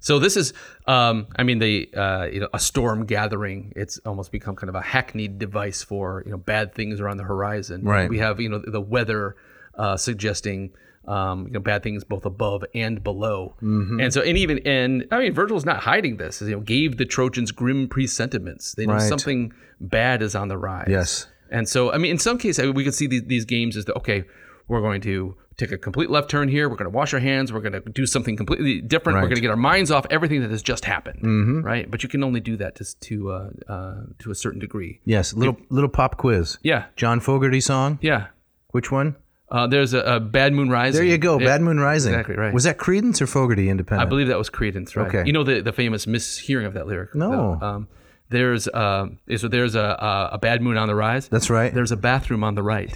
Speaker 2: So this is, um, I mean, the uh, you know, a storm gathering. It's almost become kind of a hackneyed device for you know bad things are on the horizon.
Speaker 1: Right.
Speaker 2: We have you know the weather uh, suggesting um, you know, bad things both above and below.
Speaker 1: Mm-hmm.
Speaker 2: And so, and even and I mean, Virgil's not hiding this. You know, gave the Trojans grim presentiments. They know
Speaker 1: Right.
Speaker 2: something bad is on the rise.
Speaker 1: Yes.
Speaker 2: And so, I mean, in some cases, I mean, we could see these, these games as the okay, we're going to take a complete left turn here. We're going to wash our hands. We're going to do something completely different. We're
Speaker 1: Right. Mm-hmm.
Speaker 2: going to get our minds off everything that has just happened. Right. But you can only do that to to uh, uh, to a certain degree.
Speaker 1: Yes. Little little pop quiz.
Speaker 2: Yeah.
Speaker 1: John Fogerty song.
Speaker 2: Yeah.
Speaker 1: Which one?
Speaker 2: Uh, there's a, a Bad Moon Rising.
Speaker 1: There you go.
Speaker 2: Yeah.
Speaker 1: Bad Moon Rising.
Speaker 2: exactly right.
Speaker 1: Was that Credence or Fogerty
Speaker 2: I
Speaker 1: independent?
Speaker 2: believe that was Credence, right?
Speaker 1: Okay.
Speaker 2: You know the, the famous mishearing of that lyric.
Speaker 1: No.
Speaker 2: The, um, there's uh, so there's a, a a bad moon on the rise.
Speaker 1: That's right.
Speaker 2: There's a bathroom on the right.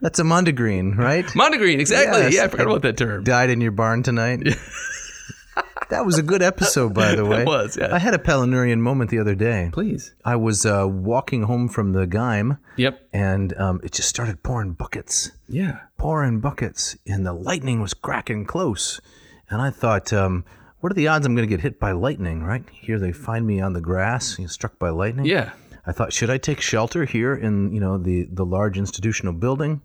Speaker 1: That's a Mondegreen, right?
Speaker 2: Mondegreen, exactly.
Speaker 1: Yes.
Speaker 2: Yeah, I forgot about that
Speaker 1: (laughs)
Speaker 2: term.
Speaker 1: Died in your barn tonight. (laughs) that was a good episode, by the way.
Speaker 2: (laughs) It was, yeah.
Speaker 1: I had a Palinurian moment the other day.
Speaker 2: Please.
Speaker 1: I was uh, walking home from the Gaim,
Speaker 2: Yep.
Speaker 1: and um, it just started pouring buckets,
Speaker 2: Yeah.
Speaker 1: pouring buckets, and the lightning was cracking close. And I thought, um, what are the odds I'm going to get hit by lightning, right? Here they find me on the grass, you know, struck by lightning.
Speaker 2: Yeah.
Speaker 1: I thought, should I take shelter here in, you know, the, the large institutional building?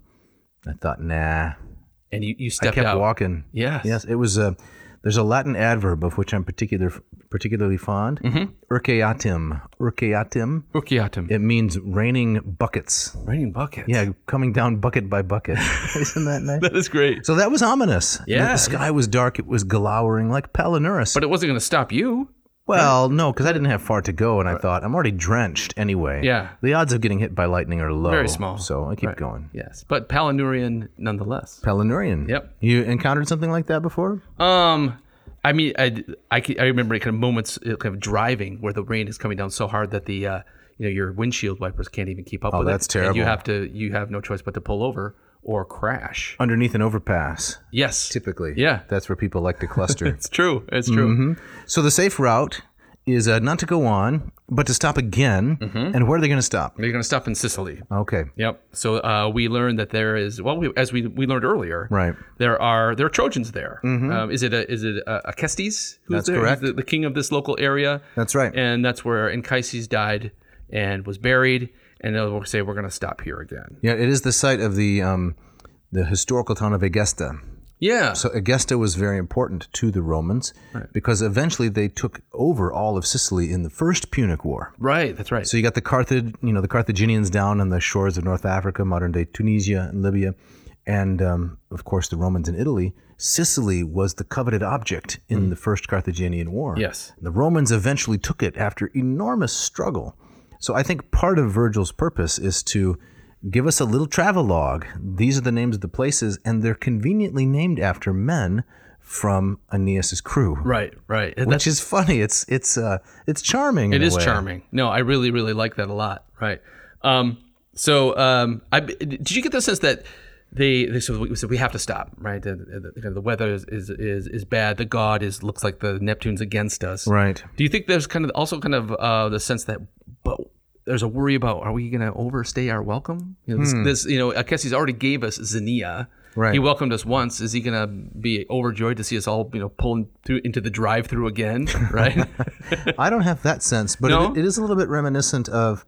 Speaker 1: I thought, nah.
Speaker 2: And you, you
Speaker 1: I
Speaker 2: stepped
Speaker 1: kept
Speaker 2: out.
Speaker 1: walking.
Speaker 2: Yes.
Speaker 1: Yes, it was a. There's a Latin adverb of which I'm particular particularly fond.
Speaker 2: Mm-hmm.
Speaker 1: Urceatim. Urceatim.
Speaker 2: Urquiatum.
Speaker 1: It means raining buckets.
Speaker 2: Raining buckets.
Speaker 1: Yeah, coming down bucket by bucket. (laughs) Isn't that nice?
Speaker 2: That is great.
Speaker 1: So that was ominous. The-
Speaker 2: Yeah.
Speaker 1: The sky was dark. It was glowering like Palinurus.
Speaker 2: But it wasn't going to stop you.
Speaker 1: well, no, because I didn't have far to go, and I thought I'm already drenched anyway.
Speaker 2: Yeah.
Speaker 1: The odds of getting hit by lightning are low.
Speaker 2: Very small.
Speaker 1: So I keep going.
Speaker 2: Yes. But Palinurian nonetheless.
Speaker 1: Palinurian.
Speaker 2: Yep.
Speaker 1: You encountered something like that before?
Speaker 2: Um, I mean, I, I, can- I remember kind of moments uh, kind of driving where the rain is coming down so hard that the uh, you know your windshield wipers can't even keep up with
Speaker 1: Oh, that's
Speaker 2: it. And
Speaker 1: terrible.
Speaker 2: you have to you have no choice but to pull over or crash.
Speaker 1: Underneath an overpass.
Speaker 2: Yes,
Speaker 1: typically.
Speaker 2: Yeah.
Speaker 1: That's where people like to
Speaker 2: (laughs)
Speaker 1: cluster.
Speaker 2: it's true. It's true.
Speaker 1: Mm-hmm. so the safe route is uh, not to go on, but to stop again.
Speaker 2: Mm-hmm.
Speaker 1: And where are they going to stop?
Speaker 2: They're going to stop in Sicily.
Speaker 1: Okay.
Speaker 2: Yep. So uh, we learned that there is well, we, as we, we learned earlier,
Speaker 1: Right.
Speaker 2: There are there are Trojans there. Um, is it a, is it a, a Acestes who's
Speaker 1: Mm-hmm. That's
Speaker 2: there? He's
Speaker 1: correct.
Speaker 2: The, the king of this local area.
Speaker 1: That's right.
Speaker 2: And that's where Anchises died and was buried. And they'll say we're going to stop here again.
Speaker 1: Yeah, it is the site of the um, the historical town of Egesta.
Speaker 2: Yeah.
Speaker 1: So Egesta was very important to the Romans because eventually they took over all of Sicily in the First Punic War.
Speaker 2: right. That's right.
Speaker 1: So you got the Carthage, you know, the Carthaginians down on the shores of North Africa, modern day Tunisia and Libya, and um, of course the Romans in Italy. Sicily was the coveted object in the first Carthaginian war.
Speaker 2: Mm. Yes.
Speaker 1: the Romans eventually took it after enormous struggle. So I think part of Virgil's purpose is to give us a little travelogue. These are the names of the places, and they're conveniently named after men from Aeneas's crew.
Speaker 2: right. Right. And
Speaker 1: Which is funny. It's it's uh it's charming.
Speaker 2: It
Speaker 1: in a
Speaker 2: is
Speaker 1: way.
Speaker 2: charming. No, I really, really like that a lot. Right. Um, so, um, I did you get the sense that they, they so we, so we have to stop, right? The, the, the- the weather is, is is is bad. The god is looks like the Neptune's against us.
Speaker 1: Right.
Speaker 2: Do you think there's kind of also kind of uh, the sense that, but there's a worry about are we going to overstay our welcome? You know, this, this, you know, I guess he's already gave us Xenia.
Speaker 1: Right.
Speaker 2: He welcomed us once. Is he going to be overjoyed to see us all, you know, pulling through into the drive-through (laughs) again? Right.
Speaker 1: I don't have that sense, but
Speaker 2: No?
Speaker 1: it, it is a little bit reminiscent of.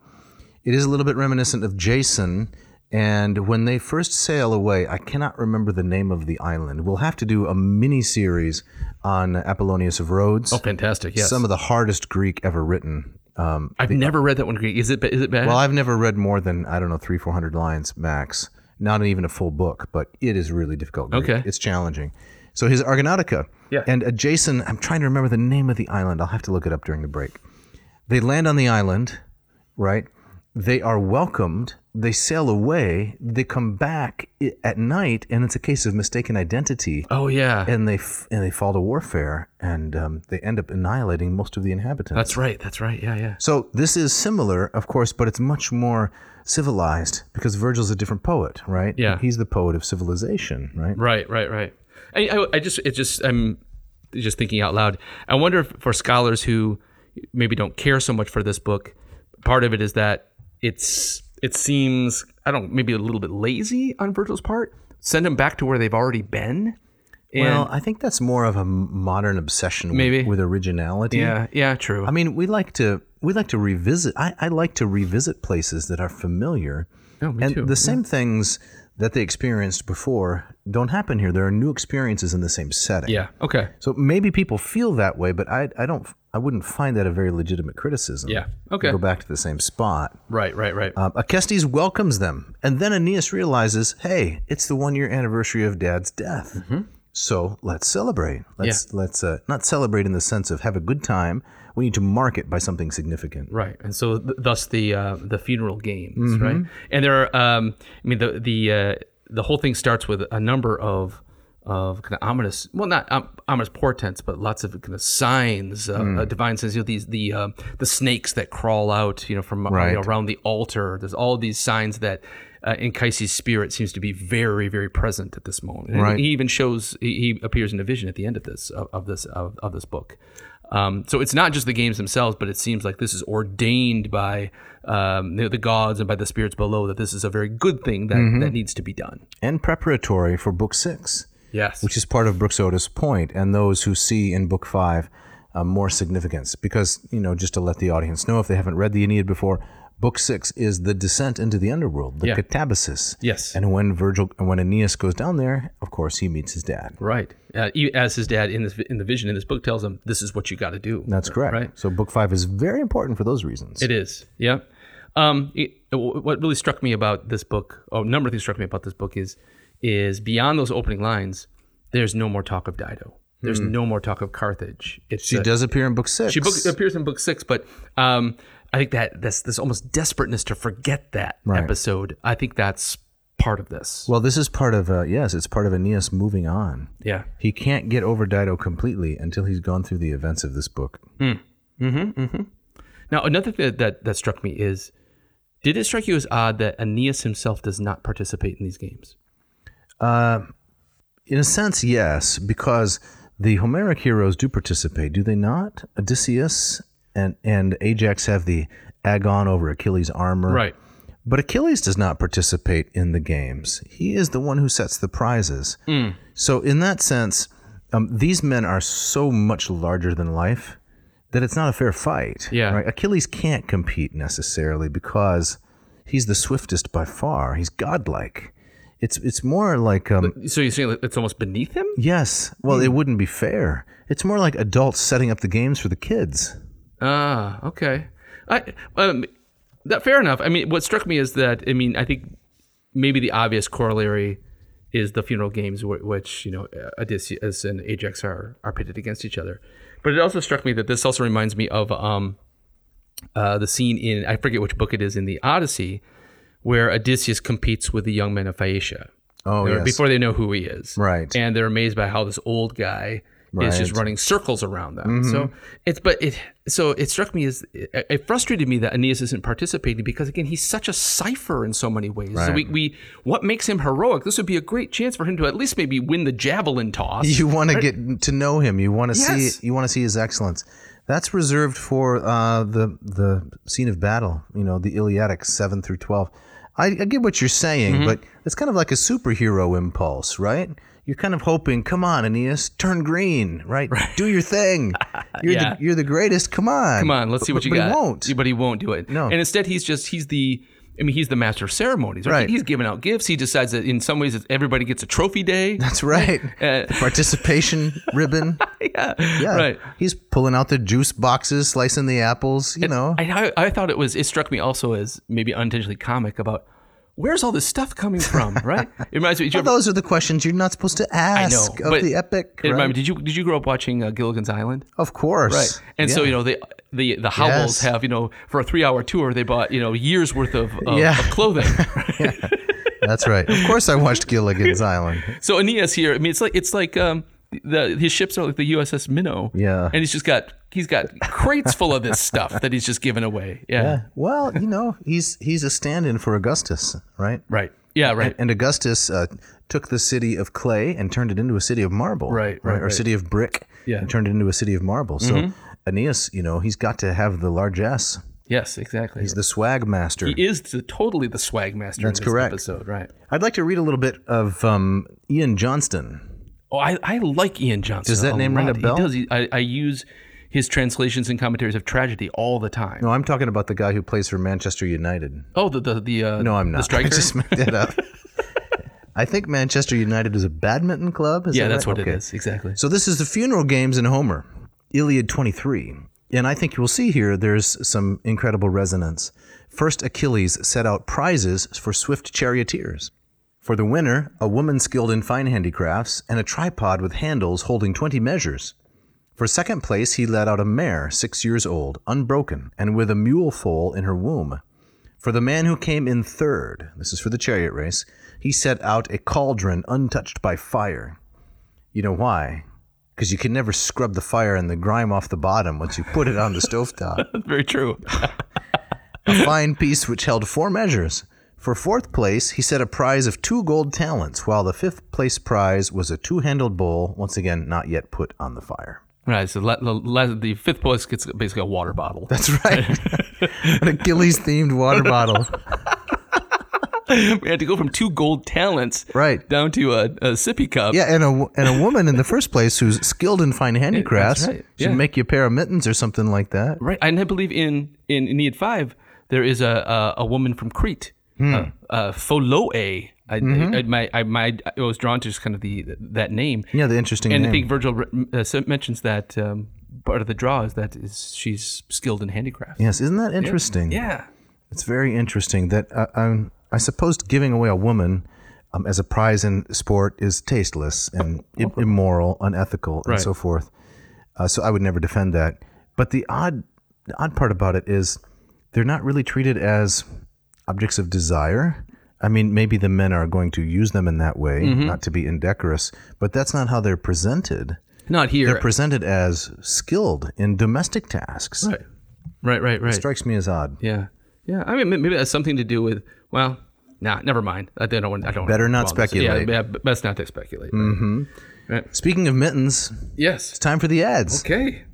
Speaker 1: It is a little bit reminiscent of Jason, and when they first sail away, I cannot remember the name of the island. We'll have to do a mini series on Apollonius of Rhodes,
Speaker 2: Oh, Fantastic. Yes.
Speaker 1: some of the hardest Greek ever written.
Speaker 2: I've never read that one. Greek. Is it? ba- Is it bad?
Speaker 1: Well, I've never read more than I don't know three, four hundred lines max. Not even a full book, but it is really difficult. Greek.
Speaker 2: Okay.
Speaker 1: it's challenging. So his Argonautica,
Speaker 2: Yeah.
Speaker 1: and uh, Jason. I'm trying to remember the name of the island. I'll have to look it up during the break. They land on the island, right? They are welcomed. They sail away. They come back i- at night, and it's a case of mistaken identity.
Speaker 2: oh yeah,
Speaker 1: And they f- and they fall to warfare, and um, they end up annihilating most of the inhabitants.
Speaker 2: that's right. That's right. Yeah, yeah.
Speaker 1: So this is similar, of course, but it's much more civilized because Virgil's a different poet, right?
Speaker 2: Yeah.
Speaker 1: He's the poet of civilization, right?
Speaker 2: Right, right, right. I, I, I just, it just, I'm just thinking out loud. I wonder if for scholars who maybe don't care so much for this book, part of it is that it's, it seems, I don't, maybe a little bit lazy on Virgil's part. Send them back to where they've already been. And
Speaker 1: Well, I think that's more of a modern obsession with-
Speaker 2: Maybe.
Speaker 1: with originality.
Speaker 2: yeah, yeah, true.
Speaker 1: I mean, we like to we like to revisit. I, I like to revisit places that are familiar.
Speaker 2: Oh, me
Speaker 1: and
Speaker 2: too.
Speaker 1: the same things that they experienced before don't happen here. There are new experiences in the same setting.
Speaker 2: Yeah. Okay.
Speaker 1: So maybe people feel that way, but I, I don't, I wouldn't find that a very legitimate criticism.
Speaker 2: Yeah. Okay.
Speaker 1: Go back to the same spot.
Speaker 2: Right. Right. Right.
Speaker 1: Um, Acestes welcomes them, and then Aeneas realizes, hey, it's the one-year anniversary of Dad's death.
Speaker 2: Mm-hmm.
Speaker 1: So let's celebrate. Let's let's uh, not celebrate in the sense of have a good time. We need to mark it by something significant.
Speaker 2: Right, and so th- thus the uh, the funeral games, right? And there are, um, I mean, the the uh, the whole thing starts with a number of of kind of ominous, well, not um, ominous portents, but lots of kind of signs, uh, uh, divine signs. You know, these the um the snakes that crawl out, you know, from uh, you know,
Speaker 1: Right.
Speaker 2: around the altar. There's all these signs that. Uh, Anchises' spirit seems to be very, very present at this moment. And
Speaker 1: Right.
Speaker 2: He even shows he, he appears in a vision at the end of this of, of this of, of this book. Um, so it's not just the games themselves, but it seems like this is ordained by um, the, the gods and by the spirits below that this is a very good thing that,
Speaker 1: Mm-hmm.
Speaker 2: that needs to be done.
Speaker 1: And preparatory for Book Six,
Speaker 2: Yes.
Speaker 1: which is part of Brooks Otis' point, and those who see in Book Five uh, more significance. Because you know, just to let the audience know, if they haven't read the Aeneid before, Book Six is the descent into the underworld, the
Speaker 2: Yeah.
Speaker 1: catabasis.
Speaker 2: Yes.
Speaker 1: And when Virgil, and when Aeneas goes down there, of course, he meets his dad.
Speaker 2: right. Uh, e- as his dad in this in the vision in this book tells him, this is what you got to do.
Speaker 1: That's correct.
Speaker 2: Right.
Speaker 1: So Book Five is very important for those reasons.
Speaker 2: It is. Yeah. Um, it- w- what really struck me about this book, oh, a number of things struck me about this book is, is beyond those opening lines, there's no more talk of Dido. There's no more talk of Carthage. It's
Speaker 1: Hmm. she
Speaker 2: a-
Speaker 1: does appear in Book Six.
Speaker 2: She book, appears in book six, but um, I think that this this almost desperateness to forget that
Speaker 1: Right.
Speaker 2: episode. I think that's part of this.
Speaker 1: Well, this is part of uh, yes, it's part of Aeneas moving on.
Speaker 2: yeah.
Speaker 1: He can't get over Dido completely until he's gone through the events of this book.
Speaker 2: Now another thing that, that that struck me is, did it strike you as odd that Aeneas himself does not participate in these games?
Speaker 1: In a sense, yes, because the Homeric heroes do participate, do they not? Odysseus and and Ajax have the agon over Achilles' armor. But Achilles does not participate in the games. He is the one who sets the prizes.
Speaker 2: Hmm.
Speaker 1: So, in that sense, um, these men are so much larger than life that it's not a fair fight.
Speaker 2: Yeah.
Speaker 1: Right? Achilles can't compete necessarily because he's the swiftest by far. He's godlike. It's it's more like um,
Speaker 2: So you're saying that it's almost beneath him?
Speaker 1: yes.
Speaker 2: Hmm.
Speaker 1: Well, it wouldn't be fair. It's more like adults setting up the games for the kids.
Speaker 2: Ah, okay. I um, that fair enough. I mean, what struck me is that I mean, I think maybe the obvious corollary is the funeral games, wh- which you know uh, Odysseus and Ajax are are pitted against each other. But it also struck me that this also reminds me of um, uh, the scene in I forget which book it is in the Odyssey, where Odysseus competes with the young men of Phaeacia
Speaker 1: Oh,
Speaker 2: or
Speaker 1: yes.
Speaker 2: before they know who he is.
Speaker 1: Right.
Speaker 2: And they're amazed by how this old guy is just
Speaker 1: Right. Mm-hmm.
Speaker 2: running circles around them. So it's but it so it struck me as it, it frustrated me that Aeneas isn't participating because again he's such a cipher in so many ways. So we, we what makes him heroic? This would be a great chance for him to at least maybe win the javelin
Speaker 1: (laughs)
Speaker 2: toss.
Speaker 1: You want to get to know him. You want to
Speaker 2: Yes.
Speaker 1: see. You want to see his excellence. That's reserved for uh, the the scene of battle. You know, the Iliadic seven through twelve. I, I get what you're saying,
Speaker 2: Mm-hmm.
Speaker 1: but it's kind of like a superhero impulse, right? You're kind of hoping, come on, Aeneas, turn green, right? Do your
Speaker 2: (laughs)
Speaker 1: thing. You're
Speaker 2: Yeah.
Speaker 1: the you're the greatest. Come on.
Speaker 2: Come on, let's see what you
Speaker 1: but
Speaker 2: got.
Speaker 1: He won't.
Speaker 2: Yeah, But he won't do it.
Speaker 1: No.
Speaker 2: And instead, he's just he's the. I mean, he's the master of ceremonies. Right.
Speaker 1: Right.
Speaker 2: He's giving out gifts. He decides that in some ways it's- everybody gets a
Speaker 1: (laughs)
Speaker 2: trophy
Speaker 1: (laughs)
Speaker 2: day. (laughs)
Speaker 1: That's right.
Speaker 2: Uh,
Speaker 1: The participation
Speaker 2: (laughs)
Speaker 1: ribbon.
Speaker 2: yeah.
Speaker 1: Yeah.
Speaker 2: Right.
Speaker 1: He's pulling out the juice boxes, slicing the apples. You know.
Speaker 2: I, I I thought it was. It struck me also as maybe unintentionally comic about where's all this stuff coming from,
Speaker 1: (laughs)
Speaker 2: right? It reminds me. Did you
Speaker 1: Well,
Speaker 2: ever,
Speaker 1: those are the questions you're not supposed to
Speaker 2: I
Speaker 1: ask
Speaker 2: know,
Speaker 1: of
Speaker 2: but
Speaker 1: the epic.
Speaker 2: it
Speaker 1: right?
Speaker 2: reminded me. Did you did you grow up watching uh, Gilligan's Island?
Speaker 1: of course.
Speaker 2: And so
Speaker 1: Yeah.
Speaker 2: you know the the the
Speaker 1: Yes.
Speaker 2: Howells have you know for a three hour tour they bought you know years worth of, of,
Speaker 1: Yeah.
Speaker 2: of clothing.
Speaker 1: (laughs) That's right. Of course I watched Gilligan's Island.
Speaker 2: so Aeneas here, I mean it's like it's like um the his ships are like the USS Minnow.
Speaker 1: Yeah.
Speaker 2: And he's just got he's got crates full of this stuff that he's just
Speaker 1: (laughs)
Speaker 2: giving away. Yeah.
Speaker 1: Well, you know, he's he's a stand-in for Augustus, right?
Speaker 2: Right. Yeah. Right.
Speaker 1: And Augustus uh, took the city of clay and turned it into a city of marble.
Speaker 2: Right, right,
Speaker 1: Or
Speaker 2: right.
Speaker 1: city of brick
Speaker 2: Yeah. Mm-hmm.
Speaker 1: and turned it into a city of marble. So Aeneas, you know, he's got to have the largesse.
Speaker 2: yes. Exactly.
Speaker 1: He's the swag master.
Speaker 2: He is the, totally the swag master.
Speaker 1: That's
Speaker 2: in this
Speaker 1: correct.
Speaker 2: Episode, right?
Speaker 1: I'd like to read a little bit of um, Ian Johnston.
Speaker 2: Oh, I, I like Ian Johnson.
Speaker 1: Does that name ring
Speaker 2: lot.
Speaker 1: a bell?
Speaker 2: He does. He, I, I use his translations and commentaries of tragedy all the time.
Speaker 1: No, I'm talking about the guy who plays for Manchester United.
Speaker 2: Oh, the the the uh,
Speaker 1: No, I'm not. (laughs)
Speaker 2: The
Speaker 1: I
Speaker 2: (laughs) striker.
Speaker 1: just made that up. I think Manchester United is a badminton club. Is
Speaker 2: yeah,
Speaker 1: that
Speaker 2: that's
Speaker 1: right?
Speaker 2: what
Speaker 1: Okay.
Speaker 2: it is. Exactly. (laughs)
Speaker 1: So this is the funeral games in Homer, Iliad 23. And I think you will see here there's some incredible resonance. First, Achilles set out prizes for swift charioteers. For the winner, a woman skilled in fine handicrafts and a tripod with handles holding 20 measures. For second place, he led out a mare, six years old, unbroken, and with a mule foal in her womb. For the man who came in third, this is for the chariot race, he set out a cauldron untouched by fire. You know why? Because you can never scrub the fire and the grime off the bottom once you put it on the stovetop.
Speaker 2: That's very true. (laughs)
Speaker 1: A fine piece which held four measures. For fourth place, he set a prize of two gold talents, while the fifth place prize was a two handled bowl, once again, not yet put on the fire.
Speaker 2: right. So la- la- la- the fifth place gets basically a water bottle. (laughs)
Speaker 1: That's right. (laughs) An Achilles themed water bottle.
Speaker 2: we had to go from two gold talents
Speaker 1: Right.
Speaker 2: down to a, a sippy cup.
Speaker 1: Yeah, and a, wo- and a woman in the first place who's skilled in fine handicrafts
Speaker 2: right, yeah.
Speaker 1: should make you a pair of mittens or something like that.
Speaker 2: Right. And I believe in in Aeneid 5, there is a a, a woman from Crete,
Speaker 1: Hmm.
Speaker 2: uh, uh, Pholoe. I,
Speaker 1: Mm-hmm.
Speaker 2: I, I, my, I, my, I was drawn to just kind of the that name.
Speaker 1: Yeah, the interesting
Speaker 2: and
Speaker 1: name.
Speaker 2: I think Virgil re- uh, so- mentions that um, part of the draw is that is she's skilled in handicraft.
Speaker 1: yes, isn't that interesting?
Speaker 2: Yeah.
Speaker 1: It's very interesting that uh, um, I suppose giving away a woman um, as a prize in sport is tasteless and i- immoral, unethical, and
Speaker 2: Right.
Speaker 1: so forth. Uh, so I would never defend that. But the odd, the odd part about it is they're not really treated as objects of desire. I mean, maybe the men are going to use them in that way,
Speaker 2: Mm-hmm.
Speaker 1: not to be indecorous, but that's not how they're presented.
Speaker 2: Not here.
Speaker 1: They're presented as skilled in domestic tasks.
Speaker 2: right. Right, right, right.
Speaker 1: Strikes me as odd.
Speaker 2: Yeah. Yeah. I mean, maybe that's something to do with, well, nah, never mind. I don't want, I don't
Speaker 1: Better not
Speaker 2: well, this-
Speaker 1: speculate. Mm.
Speaker 2: Yeah, yeah, b- best not to speculate.
Speaker 1: Speaking of mittens,
Speaker 2: Yes.
Speaker 1: it's time for the ads.
Speaker 2: Okay.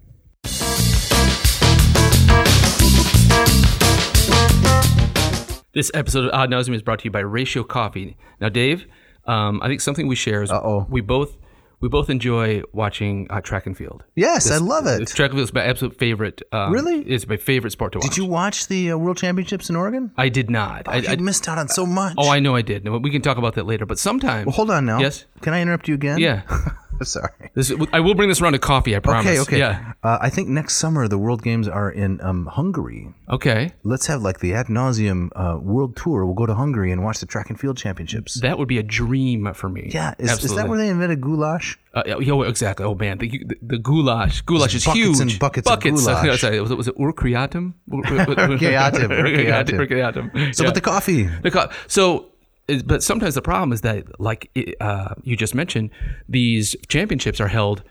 Speaker 2: This episode of Odd Nauseam is brought to you by Ratio Coffee. Now, Dave, um, I think something we share is
Speaker 1: Uh-oh.
Speaker 2: we both we both enjoy watching uh, track and field.
Speaker 1: Yes, I love it.
Speaker 2: Track and field is my absolute favorite. Um,
Speaker 1: Really?
Speaker 2: it's my favorite sport to watch.
Speaker 1: Did you watch the uh, World Championships in Oregon?
Speaker 2: I did not. I,
Speaker 1: You
Speaker 2: I-
Speaker 1: missed out on so much.
Speaker 2: oh, I know I did. No, We can talk about that later. But sometimes,
Speaker 1: Hold on now.
Speaker 2: Yes.
Speaker 1: Can I interrupt you again?
Speaker 2: yeah,
Speaker 1: (laughs) Sorry.
Speaker 2: this, I will bring this around to coffee. I promise.
Speaker 1: Okay, okay.
Speaker 2: Yeah.
Speaker 1: Uh, I think next summer the World Games are in um, Hungary.
Speaker 2: Okay.
Speaker 1: Let's have like the ad nauseum uh, world tour. We'll go to Hungary and watch the track and field championships.
Speaker 2: That would be a dream for me.
Speaker 1: Yeah. Is, is
Speaker 2: Absolutely.
Speaker 1: that where they invented goulash?
Speaker 2: Uh, yeah, yeah, well, exactly. Oh man, the, the, the goulash. Goulash is
Speaker 1: Buckets
Speaker 2: huge.
Speaker 1: and buckets of goulash.
Speaker 2: Uh, sorry, was it was it urkriatum? (laughs)
Speaker 1: Urkriatum, urkriatum.
Speaker 2: Urkriatum.
Speaker 1: So
Speaker 2: yeah.
Speaker 1: with the coffee.
Speaker 2: The co- so, is- but sometimes the problem is that, like i- uh, you just mentioned, these championships are held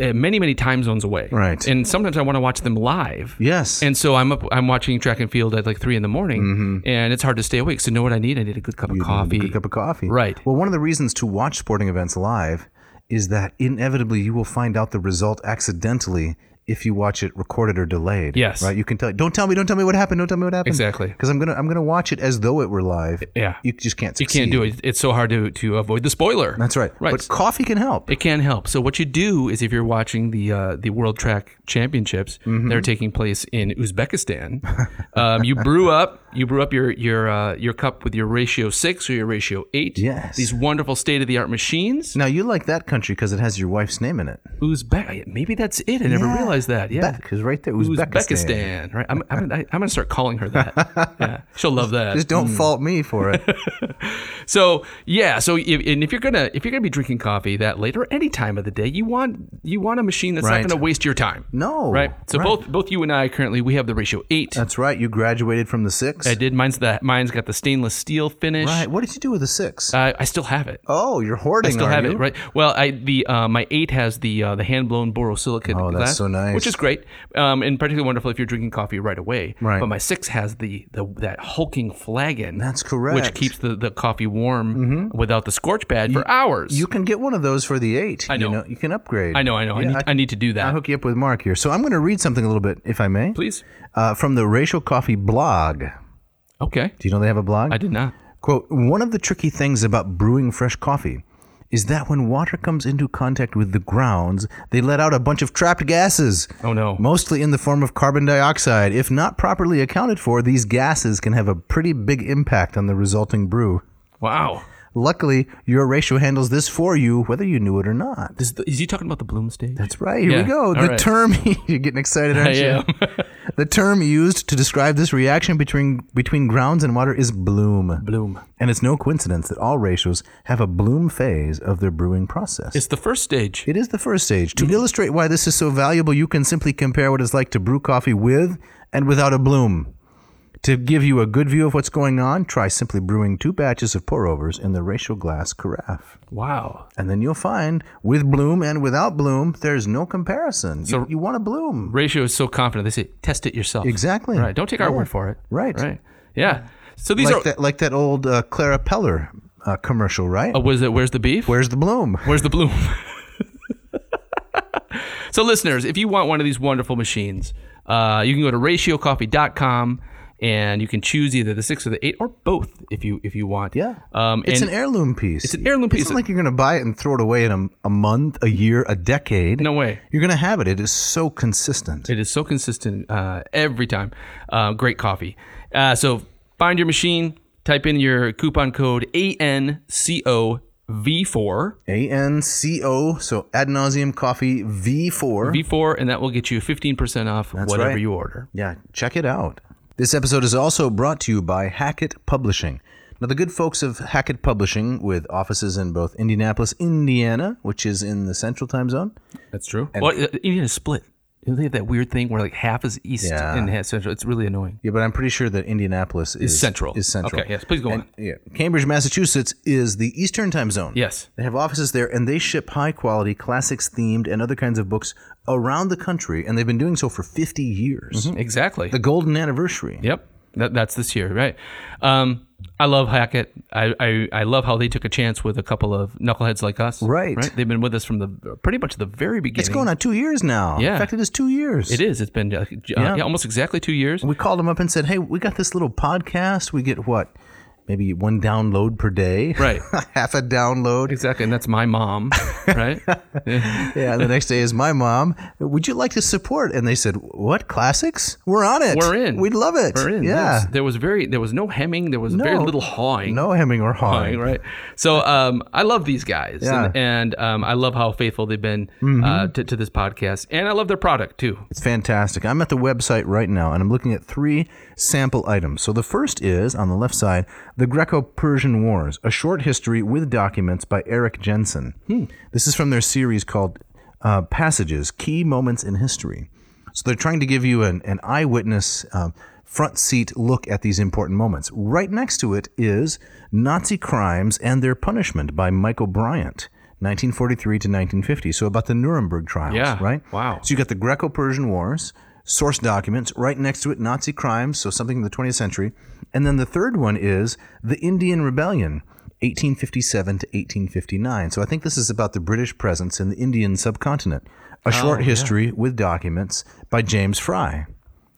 Speaker 2: uh, many many time zones away.
Speaker 1: Right.
Speaker 2: And sometimes I want to watch them live.
Speaker 1: Yes.
Speaker 2: And so I'm up. I'm watching track and field at like three in the morning, and it's hard to stay awake. So you know what I need? I need a good cup of coffee.
Speaker 1: Mm-hmm. A cup of coffee.
Speaker 2: Right.
Speaker 1: Well, one of the reasons to watch sporting events live is that inevitably you will find out the result accidentally if you watch it recorded or delayed.
Speaker 2: Yes.
Speaker 1: Right. You can tell. Don't tell me. Don't tell me what happened. Don't tell me what happened.
Speaker 2: Exactly.
Speaker 1: Because I'm gonna I'm gonna watch it as though it were live.
Speaker 2: Yeah.
Speaker 1: You just can't.
Speaker 2: You can't do it. It's so hard to, to avoid the spoiler.
Speaker 1: That's right.
Speaker 2: Right.
Speaker 1: But coffee can help.
Speaker 2: It can help. So what you do is if you're watching the uh, the World Track Championships,
Speaker 1: Mm-hmm.
Speaker 2: they're taking place in Uzbekistan. (laughs) um, you brew up you brew up your your uh, your cup with your ratio six or your ratio eight.
Speaker 1: Yes.
Speaker 2: These wonderful state of the art machines.
Speaker 1: Now you like that country because it has your wife's name in it.
Speaker 2: Uzbek. Maybe that's it. I never
Speaker 1: Yeah.
Speaker 2: realized that. Yeah.
Speaker 1: Beck is right there. Uzbekistan.
Speaker 2: Uzbekistan, right? I'm, I'm, I'm gonna start calling her
Speaker 1: (laughs)
Speaker 2: that. Yeah, she'll love that.
Speaker 1: Just don't fault me for
Speaker 2: (laughs)
Speaker 1: it.
Speaker 2: So yeah, so if, and if you're gonna if you're gonna be drinking coffee that late or any time of the day, you want you want a machine that's
Speaker 1: Right.
Speaker 2: not gonna waste your time.
Speaker 1: No.
Speaker 2: right. So
Speaker 1: right.
Speaker 2: both both you and I currently we have the ratio eight.
Speaker 1: That's right. You graduated from the six.
Speaker 2: I did mine's that mine's got the stainless steel finish.
Speaker 1: Right. What did you do with the six?
Speaker 2: I, I still have it.
Speaker 1: oh, you're hoarding.
Speaker 2: Uh, I still
Speaker 1: are
Speaker 2: have
Speaker 1: you?
Speaker 2: it. Right. Well, I the uh, my eight has the uh, the hand blown borosilicate
Speaker 1: Oh, that's
Speaker 2: glass,
Speaker 1: so nice.
Speaker 2: which is great, um, and particularly wonderful if you're drinking coffee right away.
Speaker 1: Right.
Speaker 2: But my six has the the that hulking flagon.
Speaker 1: That's
Speaker 2: Which
Speaker 1: correct. Mm-hmm.
Speaker 2: keeps the, the coffee warm without the scorch pad for hours.
Speaker 1: You can get one of those for the eight. I
Speaker 2: know.
Speaker 1: You, you can upgrade.
Speaker 2: I know, I know. I,
Speaker 1: Yeah,
Speaker 2: need, I,
Speaker 1: I,
Speaker 2: need to do
Speaker 1: I'll
Speaker 2: that.
Speaker 1: hook you up with Mark here. So I'm going to read something a little bit, if I may,
Speaker 2: Please.
Speaker 1: uh, from the Racial Coffee blog.
Speaker 2: Okay.
Speaker 1: Do you know they have a blog?
Speaker 2: I did not.
Speaker 1: Quote, one of the tricky things about brewing fresh coffee is that when water comes into contact with the grounds, they let out a bunch of trapped gases.
Speaker 2: Oh, no.
Speaker 1: Mostly in the form of carbon dioxide. If not properly accounted for, these gases can have a pretty big impact on the resulting brew.
Speaker 2: Wow.
Speaker 1: Luckily, your ratio handles this for you, whether you knew it or not.
Speaker 2: Is, the, is he talking about the Bloom stage?
Speaker 1: That's right. Here
Speaker 2: Yeah,
Speaker 1: we go.
Speaker 2: all
Speaker 1: The
Speaker 2: right.
Speaker 1: term (laughs) you're getting excited, aren't you?
Speaker 2: (laughs) I am.
Speaker 1: (laughs) The term used to describe this reaction between between grounds and water is bloom.
Speaker 2: Bloom.
Speaker 1: And it's no coincidence that all ratios have a bloom phase of their brewing process.
Speaker 2: It's the first stage.
Speaker 1: It is the first stage.
Speaker 2: Mm.
Speaker 1: To illustrate why this is so valuable, you can simply compare what it's like to brew coffee with and without a bloom. To give you a good view of what's going on, try simply brewing two batches of pour overs in the ratio glass carafe.
Speaker 2: Wow.
Speaker 1: And then you'll find with bloom and without bloom, there's no comparison.
Speaker 2: So-
Speaker 1: you, you want a bloom.
Speaker 2: Ratio is so confident. They say, test it yourself.
Speaker 1: Exactly.
Speaker 2: Right. Don't take our
Speaker 1: Yeah.
Speaker 2: word for it.
Speaker 1: Right.
Speaker 2: Right. Yeah. So these
Speaker 1: like
Speaker 2: are.
Speaker 1: that like that old uh, Clara Peller uh, commercial, right?
Speaker 2: Uh, was it? Where's the beef?
Speaker 1: Where's the bloom?
Speaker 2: Where's the bloom? (laughs) so, listeners, if you want one of these wonderful machines, uh, you can go to ratiocoffee.com and you can choose either the six or the eight or both if you if you want.
Speaker 1: Yeah.
Speaker 2: Um,
Speaker 1: it's an
Speaker 2: and
Speaker 1: heirloom piece.
Speaker 2: It's an heirloom piece.
Speaker 1: It's not like you're going to buy it and throw it away in a, a month, a year, a decade.
Speaker 2: No way.
Speaker 1: You're going to have it. It is so consistent.
Speaker 2: It is so consistent uh, every time. Uh, great coffee. Uh, so find your machine, type in your coupon code ANCOV4,
Speaker 1: A N C O, so ad nauseum coffee V4.
Speaker 2: V4, and that will get you 15% off whatever
Speaker 1: right.
Speaker 2: you order.
Speaker 1: Yeah, check it out. This episode is also brought to you by Hackett Publishing. Now, the good folks of Hackett Publishing, with offices in both Indianapolis, Indiana, which is in the central time zone,
Speaker 2: That's true. well, uh, Indiana split. They have that weird thing where like half is east
Speaker 1: Yeah.
Speaker 2: and half central. It's really annoying.
Speaker 1: Yeah, but I'm pretty sure that Indianapolis is,
Speaker 2: central.
Speaker 1: Is central.
Speaker 2: Okay, yes, please go
Speaker 1: And,
Speaker 2: on.
Speaker 1: Yeah, Cambridge, Massachusetts is the Eastern Time Zone.
Speaker 2: Yes.
Speaker 1: They have offices there, and they ship high quality, classics themed, and other kinds of books around the country, and they've been doing so for 50 years.
Speaker 2: Mm-hmm. Exactly.
Speaker 1: The golden anniversary.
Speaker 2: Yep. That, that's this year, right? Um, I love Hackett. I, I, I love how they took a chance with a couple of knuckleheads like us.
Speaker 1: Right.
Speaker 2: They've been with us from the pretty much the very beginning.
Speaker 1: It's going on two years now.
Speaker 2: Yeah.
Speaker 1: In fact, it is two years.
Speaker 2: It is. It's been uh, j- uh,
Speaker 1: Yeah.
Speaker 2: yeah, almost exactly two years.
Speaker 1: We called them up and said, hey, we got this little podcast. We get what? Maybe one download per day.
Speaker 2: (laughs) Right.
Speaker 1: Half (laughs) a
Speaker 2: (laughs)
Speaker 1: download.
Speaker 2: Exactly. And that's
Speaker 1: (laughs)
Speaker 2: my mom, right?
Speaker 1: Yeah, and the next day is my mom. Would you like to support? And they said, "What classics? We're on it.
Speaker 2: We're in.
Speaker 1: We'd love it.
Speaker 2: We're in.
Speaker 1: Yeah.
Speaker 2: Yes. There was very there was no hemming. There was very
Speaker 1: No.
Speaker 2: little hawing.
Speaker 1: No hemming or hawing.
Speaker 2: Right, right. So um, I love these guys,
Speaker 1: Yeah. Mm-hmm.
Speaker 2: and, and um, I love how faithful they've been uh, to, to this podcast, and I love their product too.
Speaker 1: It's fantastic. I'm at the website right now, and I'm looking at three sample items. So the first is on the left side, the Greco-Persian Wars: A Short History with Documents by Eric Jensen.
Speaker 2: Hmm.
Speaker 1: This is from their series called uh, Passages: Key Moments in History. So they're trying to give you an, an eyewitness. Um, Front seat look at these important moments. Right next to it is Nazi Crimes and Their Punishment by Michael Bryant, 1943 to 1950. So, about the Nuremberg trials,
Speaker 2: Yeah.
Speaker 1: right?
Speaker 2: Wow.
Speaker 1: So you got the Greco-Persian Wars, source documents, right next to it Nazi crimes, so something in the 20th century, and then the third one is the Indian Rebellion, 1857 to 1859. So I think this is about the British presence in the Indian subcontinent.
Speaker 2: Oh,
Speaker 1: A short history with documents by James Fry.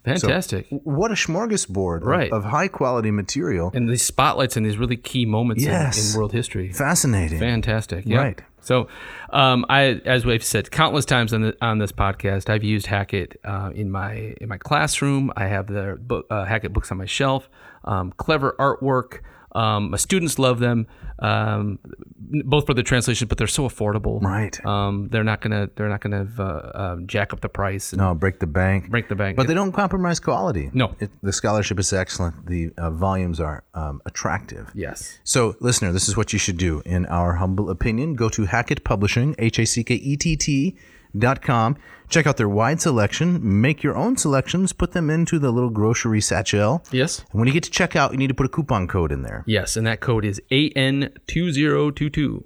Speaker 2: Fantastic.
Speaker 1: What a smorgasbord of-
Speaker 2: Right.
Speaker 1: of, high quality material.
Speaker 2: and these spotlights and these really key moments in- in,
Speaker 1: Yes.
Speaker 2: world history.
Speaker 1: Fascinating.
Speaker 2: Fantastic. Yeah.
Speaker 1: Right.
Speaker 2: So, um, I, as we've said countless times on, the, on this podcast, I've used Hackett uh, in my in my classroom. I have the book, uh, Hackett books on my shelf. Um, clever artwork. Um, my students love them, um, n- both for the translations, but they're so affordable.
Speaker 1: Right.
Speaker 2: Um, they're not gonna they're not gonna uh, um, jack up the price. And,
Speaker 1: no, break the bank.
Speaker 2: Break the bank.
Speaker 1: But they don't compromise quality.
Speaker 2: No.
Speaker 1: It, the scholarship is excellent. The uh, volumes are um, attractive.
Speaker 2: Yes.
Speaker 1: So, listener, this is what you should do. In our humble opinion, go to Hackett Publishing, H A C K E T T dot com. Check out their wide selection. Make your own selections. Put them into the little grocery satchel.
Speaker 2: Yes.
Speaker 1: And when you get to checkout, you need to put a coupon code in there,
Speaker 2: Yes. And that code is AN two zero two two.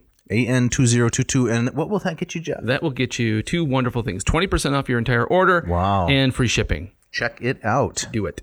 Speaker 1: AN2022. And what will that get you, Jeff?
Speaker 2: That will get you two wonderful things 20% off your entire order.
Speaker 1: Wow.
Speaker 2: And free shipping.
Speaker 1: Check it out.
Speaker 2: Do it.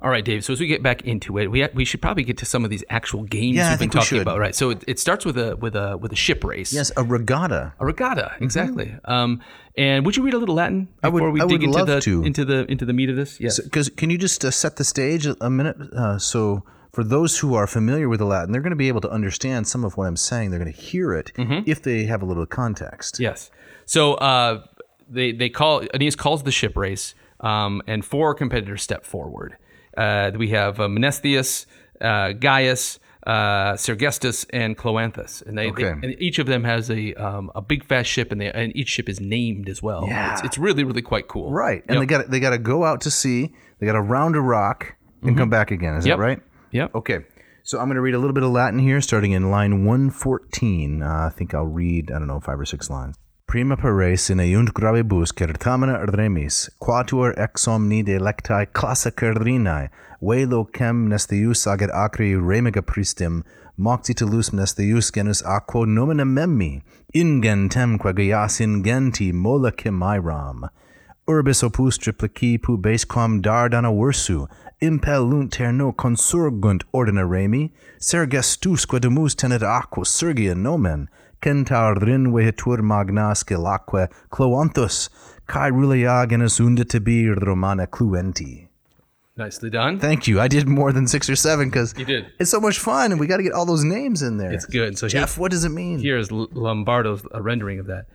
Speaker 2: All right, Dave. So as we get back into it, we, we should probably get to some of these actual games
Speaker 1: Yeah, I
Speaker 2: we've been
Speaker 1: think we
Speaker 2: talking
Speaker 1: should.
Speaker 2: about, right? So it, it starts with a with a with a ship race.
Speaker 1: Yes, a regatta.
Speaker 2: a regatta, exactly. Um, and would you read a little Latin
Speaker 1: would-
Speaker 2: before we
Speaker 1: I
Speaker 2: dig
Speaker 1: would
Speaker 2: into
Speaker 1: love
Speaker 2: the
Speaker 1: to.
Speaker 2: into the into the meat of this? Yes.
Speaker 1: Because can you just uh, set the stage a, a minute? Uh, so for those who are familiar with the Latin, they're going to be able to understand some of what I'm saying. They're going to hear it
Speaker 2: Mm-hmm.
Speaker 1: if they have a little context.
Speaker 2: Yes. So uh, they they call Aeneas calls the ship race, um, and four competitors step forward. Uh, we have uh, Menestheus, uh, Gaius, uh, Sergestus, and Cloanthus, and they, they-
Speaker 1: Okay.
Speaker 2: and each of them has a um, a big fast ship, and they and each ship is named as well.
Speaker 1: Yeah.
Speaker 2: It's, it's really really quite cool.
Speaker 1: Right. And they got they got to go out to sea. They got to round a rock and come back again. Is
Speaker 2: Yep.
Speaker 1: that right?
Speaker 2: Yep.
Speaker 1: Okay. So I'm going to read a little bit of Latin here, starting in line 114. Uh, I think I'll read I don't know five or six lines. Prima pares in eunt gravibus certamina remis, quatuor ex omni delectae classa cerrinae, velo chem nestius aget acri remiga pristim, moxitulus nestius genus aquo nomina memmi, ingentem gaias ingenti mola chimairam. Urbis opus triplici pubesquam dardana versu, impellunt terno consurgunt ordina remi, sergestusque domus tenet aqua surgia nomen, centaur rin vehetur magna scilaque cloanthus, cae rulia genus unditibir romana cluenti.
Speaker 2: Nicely done.
Speaker 1: Thank you. I did more than six or seven because
Speaker 2: You did.
Speaker 1: it's so much fun and we got to get all those names in there.
Speaker 2: It's good. So here-
Speaker 1: Jeff, what does it mean?
Speaker 2: Here is L- Lombardo's uh, rendering of that.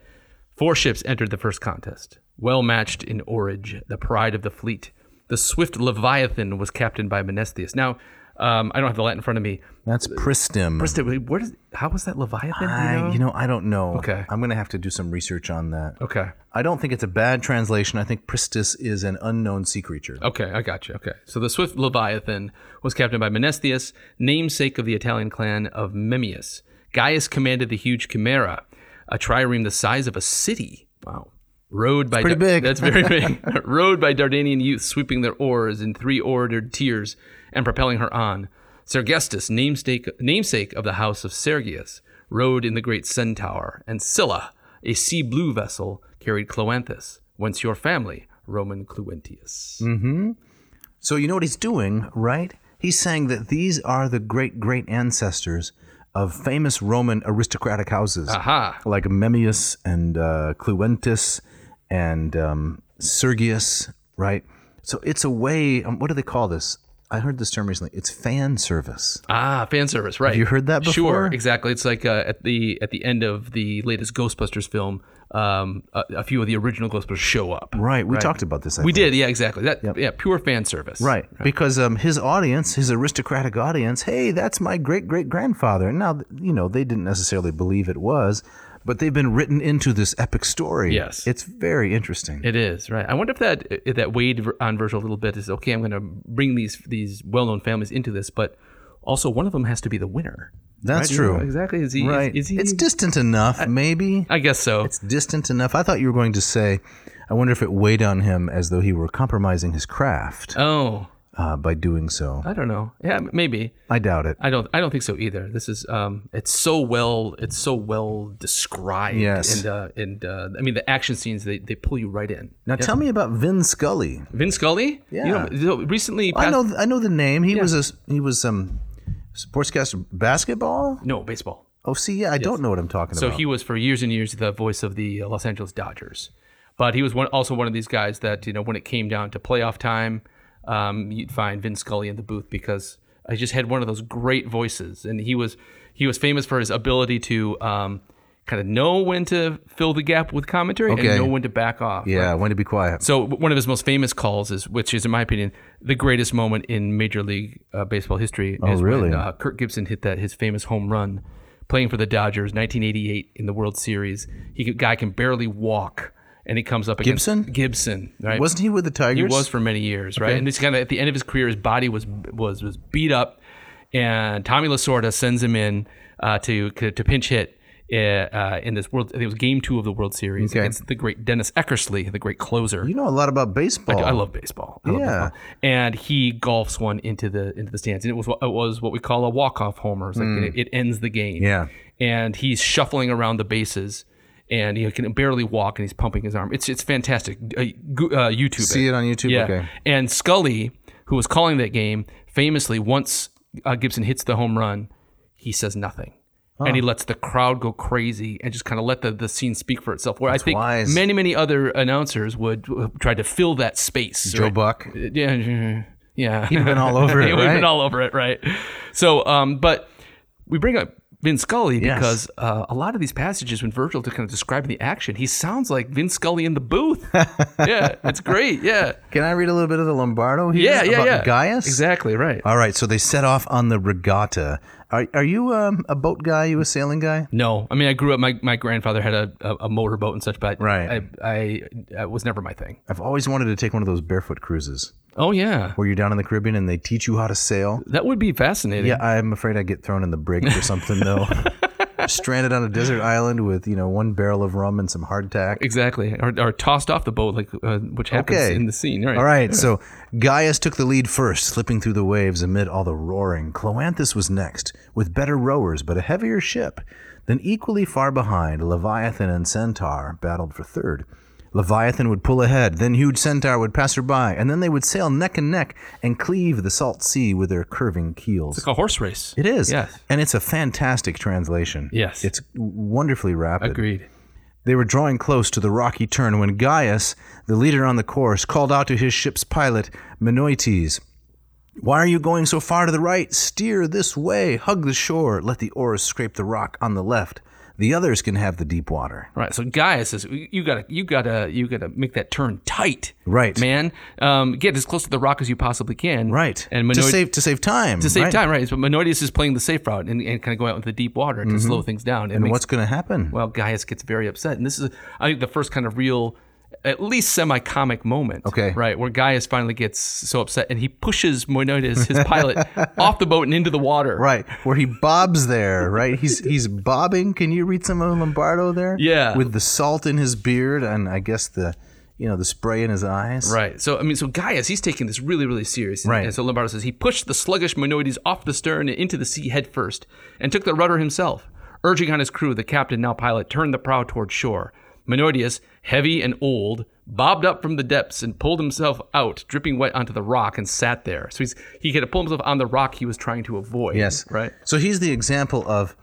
Speaker 2: Four ships entered the first contest, well matched in Orage, the pride of the fleet. The swift Leviathan was captained by Menestheus. Now, um, I don't have the Latin in front of me.
Speaker 1: That's pristim.
Speaker 2: First, wait, where does, how was that Leviathan? Do you
Speaker 1: I,
Speaker 2: know?
Speaker 1: you know, I don't know.
Speaker 2: Okay.
Speaker 1: I'm going to have to do some research on that.
Speaker 2: Okay.
Speaker 1: I don't think it's a bad translation. I think Pristis is an unknown sea creature.
Speaker 2: Okay, I got you. Okay. So the swift Leviathan was captained by Menestheus, namesake of the Italian clan of Memmius. Gaius commanded the huge Chimera, a trireme the size of a city. Wow. Rowed by
Speaker 1: pretty big. (laughs)
Speaker 2: That's very big. (laughs) Rowed by Dardanian youth, sweeping their oars in three ordered tiers and propelling her on. Sergestus, namesake, namesake of the house of Sergius, rowed in the great centaur, and Scylla, a sea blue vessel, carried Cloanthus, whence your family, Roman Cluentius.
Speaker 1: So you know what he's doing, right? He's saying that these are the great great ancestors of famous Roman aristocratic houses
Speaker 2: Aha.
Speaker 1: like Memmius and uh, Cluentus and um, Sergius, right? So it's a way. Um, what do they call this? I heard this term recently. It's fan service.
Speaker 2: Ah, fan service, right?
Speaker 1: you heard that
Speaker 2: Sure,
Speaker 1: before?
Speaker 2: exactly. It's like uh, at the at the end of the latest Ghostbusters film, um, a, a few of the original Ghostbusters show up.
Speaker 1: Right. We talked about this. I
Speaker 2: We
Speaker 1: think.
Speaker 2: did, yeah, exactly. That yeah, pure fan service.
Speaker 1: Right. Because um, his audience, his aristocratic audience, hey, that's my great great grandfather. Now, th- you know, they didn't necessarily believe it was, but they've been written into this epic story.
Speaker 2: Yes.
Speaker 1: It's very interesting.
Speaker 2: It is right. I wonder if that if that weighed on Virgil a little bit. Is okay. I'm going to bring these these well known families into this, but also one of them has to be the winner.
Speaker 1: that's
Speaker 2: You know,
Speaker 1: true.
Speaker 2: Exactly. Is he?
Speaker 1: Right.
Speaker 2: Is, is he?
Speaker 1: it's distant enough, maybe.
Speaker 2: I guess so.
Speaker 1: It's distant enough. I thought you were going to say, I wonder if it weighed on him as though he were compromising his craft
Speaker 2: Oh,
Speaker 1: uh, by doing so.
Speaker 2: I don't know. Yeah, maybe.
Speaker 1: I doubt it.
Speaker 2: I don't. I don't think so either. This is. Um. It's so well. It's so well described.
Speaker 1: Yes.
Speaker 2: And uh, and uh, I mean the action scenes they, they pull you right in.
Speaker 1: Now, tell me about Vin Scully.
Speaker 2: Vin Scully.
Speaker 1: Yeah.
Speaker 2: You know, so recently.
Speaker 1: I
Speaker 2: passed-
Speaker 1: know, I know the name. He was a he was um, sportscaster basketball.
Speaker 2: No baseball.
Speaker 1: Oh, see, yeah, I don't know what I'm talking
Speaker 2: So
Speaker 1: about.
Speaker 2: he was for years and years the voice of the uh, Los Angeles Dodgers, but he was one, also one of these guys that you know when it came down to playoff time, um, you'd find Vin Scully in the booth because I just had one of those great voices, and he was he was famous for his ability to um, kind of know when to fill the gap with commentary
Speaker 1: Okay.
Speaker 2: and know when to back off.
Speaker 1: yeah, when to be quiet.
Speaker 2: So w- one of his most famous calls is, which is in my opinion, the greatest moment in Major League uh, Baseball history. Oh,
Speaker 1: really?
Speaker 2: When, uh, Kirk Gibson hit that his famous home run, playing for the Dodgers, 1988 in the World Series. He could- guy can barely walk, and he comes up against
Speaker 1: Gibson?
Speaker 2: Gibson, right?
Speaker 1: Wasn't he with the Tigers?
Speaker 2: He was for many years, right? And it's kind of at the end of his career, his body was was was beat up, and Tommy Lasorda sends him in uh, to to pinch hit. uh, Uh, in this world, I think it was game two of the World Series against the great Dennis Eckersley, the great closer.
Speaker 1: You know a lot about baseball.
Speaker 2: I love baseball. I love
Speaker 1: Yeah.
Speaker 2: baseball. and he golfs one into the into the stands, and it was what- it was what we call a walk off homer. It's like it, it ends the game.
Speaker 1: Hmm. Yeah.
Speaker 2: and he's shuffling around the bases, and he can barely walk, and he's pumping his arm. It's it's fantastic. Uh, go- uh, YouTube.
Speaker 1: See it on YouTube?
Speaker 2: Yeah.
Speaker 1: Okay.
Speaker 2: And Scully, who was calling that game, famously once uh, Gibson hits the home run, he says nothing. And he lets the crowd go crazy and just kind of let the, the scene speak for itself. Where I think
Speaker 1: wise.
Speaker 2: many, many other announcers would uh, try to fill that space.
Speaker 1: Joe
Speaker 2: right? (laughs)
Speaker 1: Buck.
Speaker 2: Yeah. Yeah. (laughs)
Speaker 1: Been all over it,
Speaker 2: We've
Speaker 1: right?
Speaker 2: been all over it, right? So, um, but we bring up Vin Scully
Speaker 1: Yes.
Speaker 2: because uh, a lot of these passages when Virgil to kind of describe the action, he sounds like Vin Scully in
Speaker 1: (laughs)
Speaker 2: the booth. yeah, it's great. Yeah,
Speaker 1: Can I read a little bit of the Lombardo here?
Speaker 2: yeah, yeah,
Speaker 1: about
Speaker 2: yeah.
Speaker 1: Gaius? Uh,
Speaker 2: Exactly right.
Speaker 1: All right, so they set off on the regatta. Are, are you um, a boat guy? You a sailing guy?
Speaker 2: No, I mean I grew up. My, my grandfather had a, a, a motorboat and such, but
Speaker 1: Right.
Speaker 2: I, I, I was never my thing.
Speaker 1: I've always wanted to take one of those barefoot cruises
Speaker 2: Oh yeah,
Speaker 1: where you're down in the Caribbean and they teach you how to sail.
Speaker 2: that would be fascinating.
Speaker 1: Yeah, I'm afraid I'd get thrown in the brig or something
Speaker 2: (laughs)
Speaker 1: though. Stranded on a desert island with you know one barrel of rum and some hardtack.
Speaker 2: exactly. Or, or tossed off the boat, like uh, which happens
Speaker 1: Okay.
Speaker 2: in the scene. Right.
Speaker 1: All
Speaker 2: (laughs)
Speaker 1: right, so Gaius took the lead first, slipping through the waves amid all the roaring. Cloanthus was next, with better rowers but a heavier ship. Then, equally far behind, Leviathan and Centaur battled for third. Leviathan would pull ahead, then huge Centaur would pass her by, and then they would sail neck and neck and cleave the salt sea with their curving keels.
Speaker 2: It's like a horse race.
Speaker 1: it is,
Speaker 2: Yes.
Speaker 1: and it's a fantastic translation.
Speaker 2: Yes.
Speaker 1: it's wonderfully rapid.
Speaker 2: Agreed.
Speaker 1: They were drawing close to the rocky turn when Gaius, the leader on the course, called out to his ship's pilot, Menoetes. Why are you going so far to the right? Steer this way, hug the shore, let the oars scrape the rock on the left. The others can have the deep water.
Speaker 2: Right. So Gaius says you gotta you gotta you gotta make that turn tight.
Speaker 1: Right.
Speaker 2: Man. Um, get as close to the rock as you possibly can.
Speaker 1: Right.
Speaker 2: And Minoid-
Speaker 1: to save to save time.
Speaker 2: to save time, right? So Minoides is playing the safe route and, and kind of going out into the deep water to slow things down.
Speaker 1: Mm-hmm.
Speaker 2: It
Speaker 1: And
Speaker 2: makes-
Speaker 1: what's going to happen?
Speaker 2: well, Gaius gets very upset, and this is I think the first kind of real, at least semi-comic moment.
Speaker 1: Okay.
Speaker 2: Right, where Gaius finally gets so upset, and he pushes Minoides, his pilot, (laughs) off the boat and into the water.
Speaker 1: Right, where he bobs there, right? He's he's bobbing. Can you read some of Lombardo there?
Speaker 2: Yeah.
Speaker 1: With the salt in his beard and I guess the you know, the spray in his eyes.
Speaker 2: Right. So I mean, so Gaius, he's taking this really, really serious.
Speaker 1: Right.
Speaker 2: And so Lombardo says he pushed the sluggish Minoides off the stern and into the sea head first, and took the rudder himself. Urging on his crew, the captain, now pilot, turned the prow toward shore. Minoides, heavy and old, bobbed up from the depths and pulled himself out, dripping wet onto the rock, and sat there. So he's he had to pull himself on the rock he was trying to avoid.
Speaker 1: Yes.
Speaker 2: Right.
Speaker 1: So he's the example of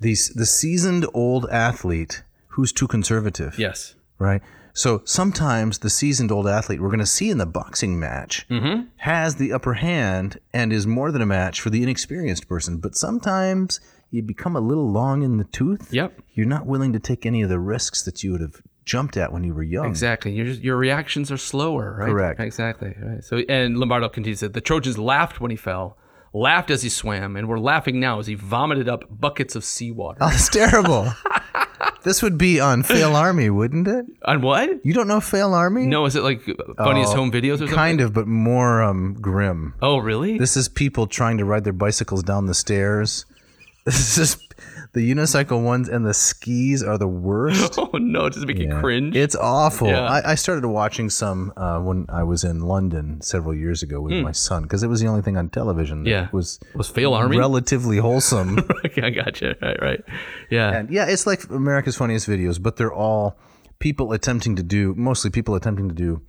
Speaker 1: the the seasoned old athlete who's too conservative.
Speaker 2: Yes.
Speaker 1: Right. So sometimes the seasoned old athlete we're going to see in the boxing match
Speaker 2: Mm-hmm.
Speaker 1: has the upper hand and is more than a match for the inexperienced person. But sometimes you become a little long in the tooth.
Speaker 2: Yep.
Speaker 1: You're not willing to take any of the risks that you would have jumped at when you were young.
Speaker 2: Exactly. Your your reactions are slower, right?
Speaker 1: Hmm. Correct.
Speaker 2: Exactly. Right. So and Lombardo continues that the Trojans laughed when he fell, laughed as he swam, and were laughing now as he vomited up buckets of seawater.
Speaker 1: (laughs) Oh, that's
Speaker 2: (laughs)
Speaker 1: terrible. this would be on Fail Army, wouldn't it?
Speaker 2: On what?
Speaker 1: You don't know Fail Army?
Speaker 2: No, is it like
Speaker 1: Oh.
Speaker 2: funniest home videos or something?
Speaker 1: Kind of, but more um, grim.
Speaker 2: Oh, really?
Speaker 1: This is people trying to ride their bicycles down the stairs. (laughs) This is the unicycle ones and the skis are the worst.
Speaker 2: (laughs) (laughs) oh no! Does it make you cringe?
Speaker 1: It's awful.
Speaker 2: Yeah.
Speaker 1: I, I started watching some uh, when I was in London several years ago with my son because it was the only thing on television that
Speaker 2: Hmm. Yeah.
Speaker 1: was
Speaker 2: was fail army.
Speaker 1: relatively wholesome.
Speaker 2: (laughs) okay, I gotcha. Right, right. Yeah.
Speaker 1: And yeah, it's like America's Funniest Videos, but they're all people attempting to do, mostly people attempting to do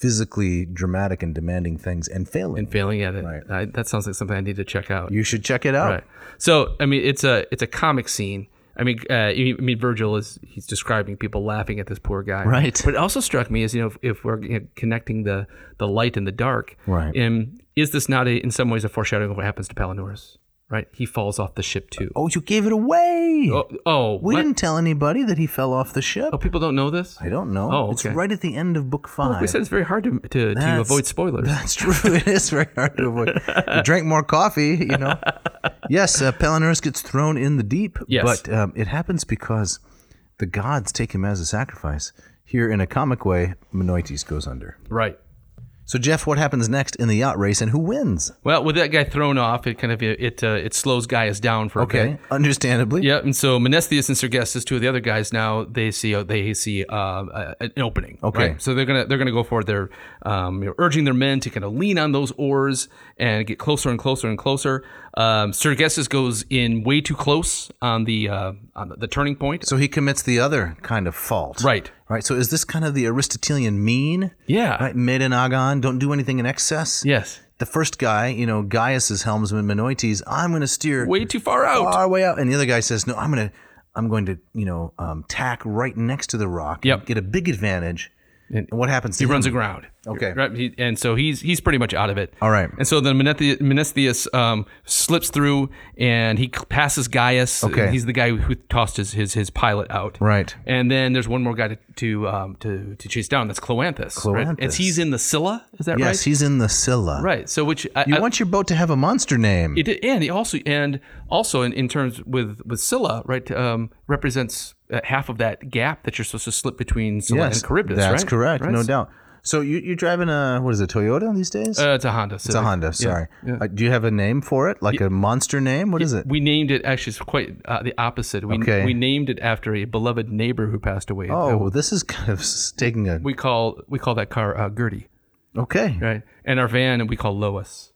Speaker 1: physically dramatic and demanding things and failing.
Speaker 2: Failing at it. I, that sounds like something I need to check out.
Speaker 1: you should check it out.
Speaker 2: Right. So I mean, it's a it's a comic scene. I mean, uh, I mean, Virgil is he's describing people laughing at this poor guy.
Speaker 1: Right.
Speaker 2: But it also struck me as you know, if, if we're you know, connecting the the light and the dark,
Speaker 1: Right.
Speaker 2: And is this not a, in some ways a foreshadowing of what happens to Palinurus? Right. He falls off the ship too.
Speaker 1: Oh, you gave it away.
Speaker 2: Oh, oh
Speaker 1: we
Speaker 2: what?
Speaker 1: didn't tell anybody that he fell off the ship.
Speaker 2: Oh, people don't know this.
Speaker 1: I don't know.
Speaker 2: Oh,
Speaker 1: It's
Speaker 2: okay.
Speaker 1: right at the end of book five.
Speaker 2: We said it's very hard to to, to
Speaker 1: That's-
Speaker 2: avoid
Speaker 1: (laughs)
Speaker 2: spoilers.
Speaker 1: That's true. it is very hard to avoid.
Speaker 2: (laughs)
Speaker 1: You drink more coffee, you know. Yes, uh, Palinurus gets thrown in the deep,
Speaker 2: Yes.
Speaker 1: but um, it happens because the gods take him as a sacrifice. Here, in a comic way, Minoites goes under.
Speaker 2: Right.
Speaker 1: So, Jeff, what happens next in the yacht race and who wins?
Speaker 2: Well, with that guy thrown off, it kind of it uh, it slows Gaius down for a bit.
Speaker 1: Okay, understandably.
Speaker 2: Yeah, and so Menestheus and Sergestus, two of the other guys, now they see they see uh, a- an opening.
Speaker 1: Okay.
Speaker 2: right? so they're gonna they're gonna go for it. They're um, you know, urging their men to kind of lean on those oars and get closer and closer and closer. Um, Sergestus goes in way too close on the uh, on the, the turning point.
Speaker 1: So he commits the other kind of fault.
Speaker 2: Right.
Speaker 1: Right. So is this kind of the Aristotelian mean?
Speaker 2: Yeah.
Speaker 1: Right. Mid and agon, don't do anything in excess.
Speaker 2: Yes.
Speaker 1: The first guy, you know, Gaius's helmsman Minoetes, I'm going to steer
Speaker 2: Way too far out.
Speaker 1: far way out, and the other guy says, no, I'm going to, I'm going to, you know, um, tack right next to the rock. and
Speaker 2: Yep.
Speaker 1: Get a big advantage.
Speaker 2: And
Speaker 1: And what happens?
Speaker 2: he
Speaker 1: to
Speaker 2: runs
Speaker 1: him?
Speaker 2: aground.
Speaker 1: Okay.
Speaker 2: Right. He, and so he's he's pretty much out of it.
Speaker 1: All right.
Speaker 2: And so then Menethe- Menestheus um, slips through and he c- passes Gaius.
Speaker 1: Okay.
Speaker 2: He's the guy who tossed his his, his pilot out.
Speaker 1: Right.
Speaker 2: And then there's one more guy to to um, to, to chase down. That's Cloanthus. Right? And
Speaker 1: Cloanthus.
Speaker 2: he's in the Scylla. Is that
Speaker 1: Yes,
Speaker 2: right?
Speaker 1: he's in the Scylla.
Speaker 2: right. So which I,
Speaker 1: You
Speaker 2: I-
Speaker 1: want your boat to have a monster name.
Speaker 2: it did, and he also and also in, in terms with with Scylla, right, um, represents uh, half of that gap that you're supposed to slip between Scylla
Speaker 1: yes,
Speaker 2: and Charybdis.
Speaker 1: that's
Speaker 2: right?
Speaker 1: correct,
Speaker 2: Right?
Speaker 1: no doubt. So you, you're driving a what is it, Toyota these days?
Speaker 2: Uh, it's a Honda.
Speaker 1: it's a Honda. Sorry. Uh, do you have a name for it, like a monster name? What is it?
Speaker 2: We named it actually it's quite uh, the opposite. We
Speaker 1: Okay.
Speaker 2: we named it after a beloved neighbor who passed away.
Speaker 1: oh,
Speaker 2: Uh,
Speaker 1: well, this is kind of s- taking a
Speaker 2: we call we call that car uh, Gertie,
Speaker 1: okay,
Speaker 2: right? And our van we call Lois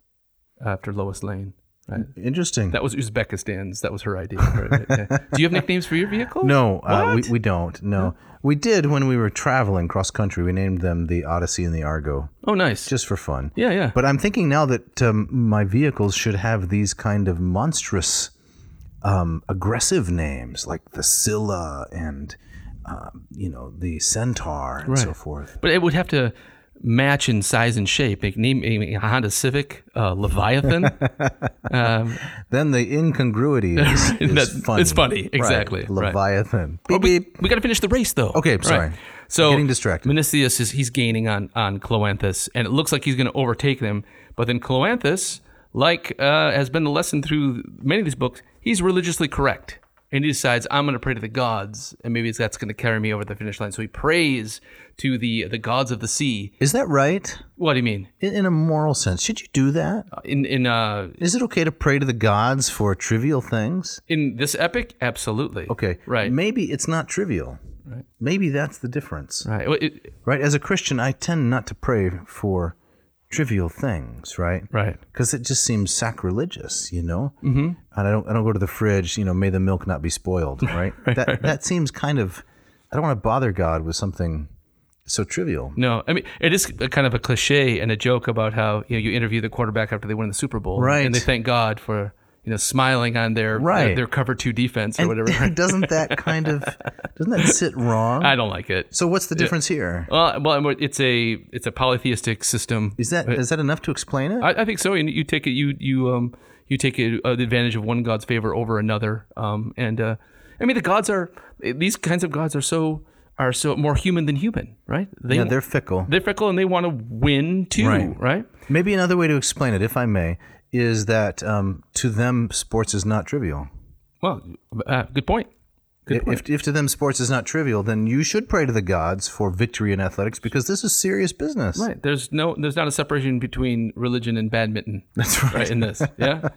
Speaker 2: after Lois Lane. Right.
Speaker 1: interesting.
Speaker 2: That was Uzbekistan's. That was her idea. Right?
Speaker 1: (laughs)
Speaker 2: Yeah. Do you have nicknames for your vehicle?
Speaker 1: no, uh,
Speaker 2: What?
Speaker 1: we we don't. No, we did when we were traveling cross country. We named them the Odyssey and the Argo,
Speaker 2: oh, nice.
Speaker 1: just for fun.
Speaker 2: yeah, yeah.
Speaker 1: But I'm thinking now that um, my vehicles should have these kind of monstrous, um, aggressive names like the Scylla and, uh, you know, the Centaur and so forth.
Speaker 2: But it would have to match in size and shape. Like name a Honda Civic, uh,
Speaker 1: (laughs)
Speaker 2: Leviathan. um,
Speaker 1: Then the
Speaker 2: (laughs)
Speaker 1: incongruity is, is
Speaker 2: That's-
Speaker 1: funny.
Speaker 2: it's funny,
Speaker 1: Right.
Speaker 2: exactly, right.
Speaker 1: Leviathan.
Speaker 2: but
Speaker 1: Beep,
Speaker 2: we,
Speaker 1: beep.
Speaker 2: we got to finish the race though.
Speaker 1: Okay, sorry.
Speaker 2: So
Speaker 1: I'm getting distracted.
Speaker 2: Menestheus is he's gaining on on Cloanthus, and it looks like he's going to overtake them. But then Cloanthus, like uh, has been the lesson through many of these books, he's religiously correct. And he decides I'm going to pray to the gods, and maybe it's- that's going to carry me over the finish line. So he prays to the the gods of the sea.
Speaker 1: Is that right?
Speaker 2: What do you mean?
Speaker 1: In, in a moral sense, should you do that?
Speaker 2: In in uh,
Speaker 1: Is it okay to pray to the gods for trivial things?
Speaker 2: In this epic, absolutely.
Speaker 1: Okay.
Speaker 2: Right.
Speaker 1: Maybe it's not trivial. Right. Maybe that's the difference.
Speaker 2: Right. Well, it-
Speaker 1: right? As a Christian, I tend not to pray for trivial things, right?
Speaker 2: right.
Speaker 1: Because it just seems sacrilegious, you know. Mm-hmm. And I don't, I don't go to the fridge, you know. May the milk not be (laughs) spoiled, right? that that seems kind of. I don't want to bother God with something so trivial.
Speaker 2: No, I mean it is a kind of a cliche and a joke about how you know you interview the quarterback after they win the Super Bowl,
Speaker 1: Right.
Speaker 2: And they thank God for you know smiling on their uh,
Speaker 1: Right.
Speaker 2: their cover two defense
Speaker 1: (laughs)
Speaker 2: or whatever.
Speaker 1: doesn't that kind of doesn't that sit wrong?
Speaker 2: (laughs) I don't like it.
Speaker 1: so what's the difference here?
Speaker 2: Well, well, it's a it's a polytheistic system. Uh,
Speaker 1: Is that is that enough to explain it?
Speaker 2: I, I think so. And you take it, you you um you take it, uh, the advantage of one god's favor over another. Um and uh, I mean the gods are these kinds of gods are so are so more human than human, right? They
Speaker 1: yeah, they're fickle.
Speaker 2: they're fickle and they want to win too,
Speaker 1: Right.
Speaker 2: right?
Speaker 1: Maybe another way to explain it, if I may, is that um, to them sports is not trivial.
Speaker 2: Well, uh, good point. Good point.
Speaker 1: If, if to them sports is not trivial, then you should pray to the gods for victory in athletics because this is serious business.
Speaker 2: Right. There's no there's not a separation between religion and badminton.
Speaker 1: (laughs)
Speaker 2: That's right. in this. Yeah.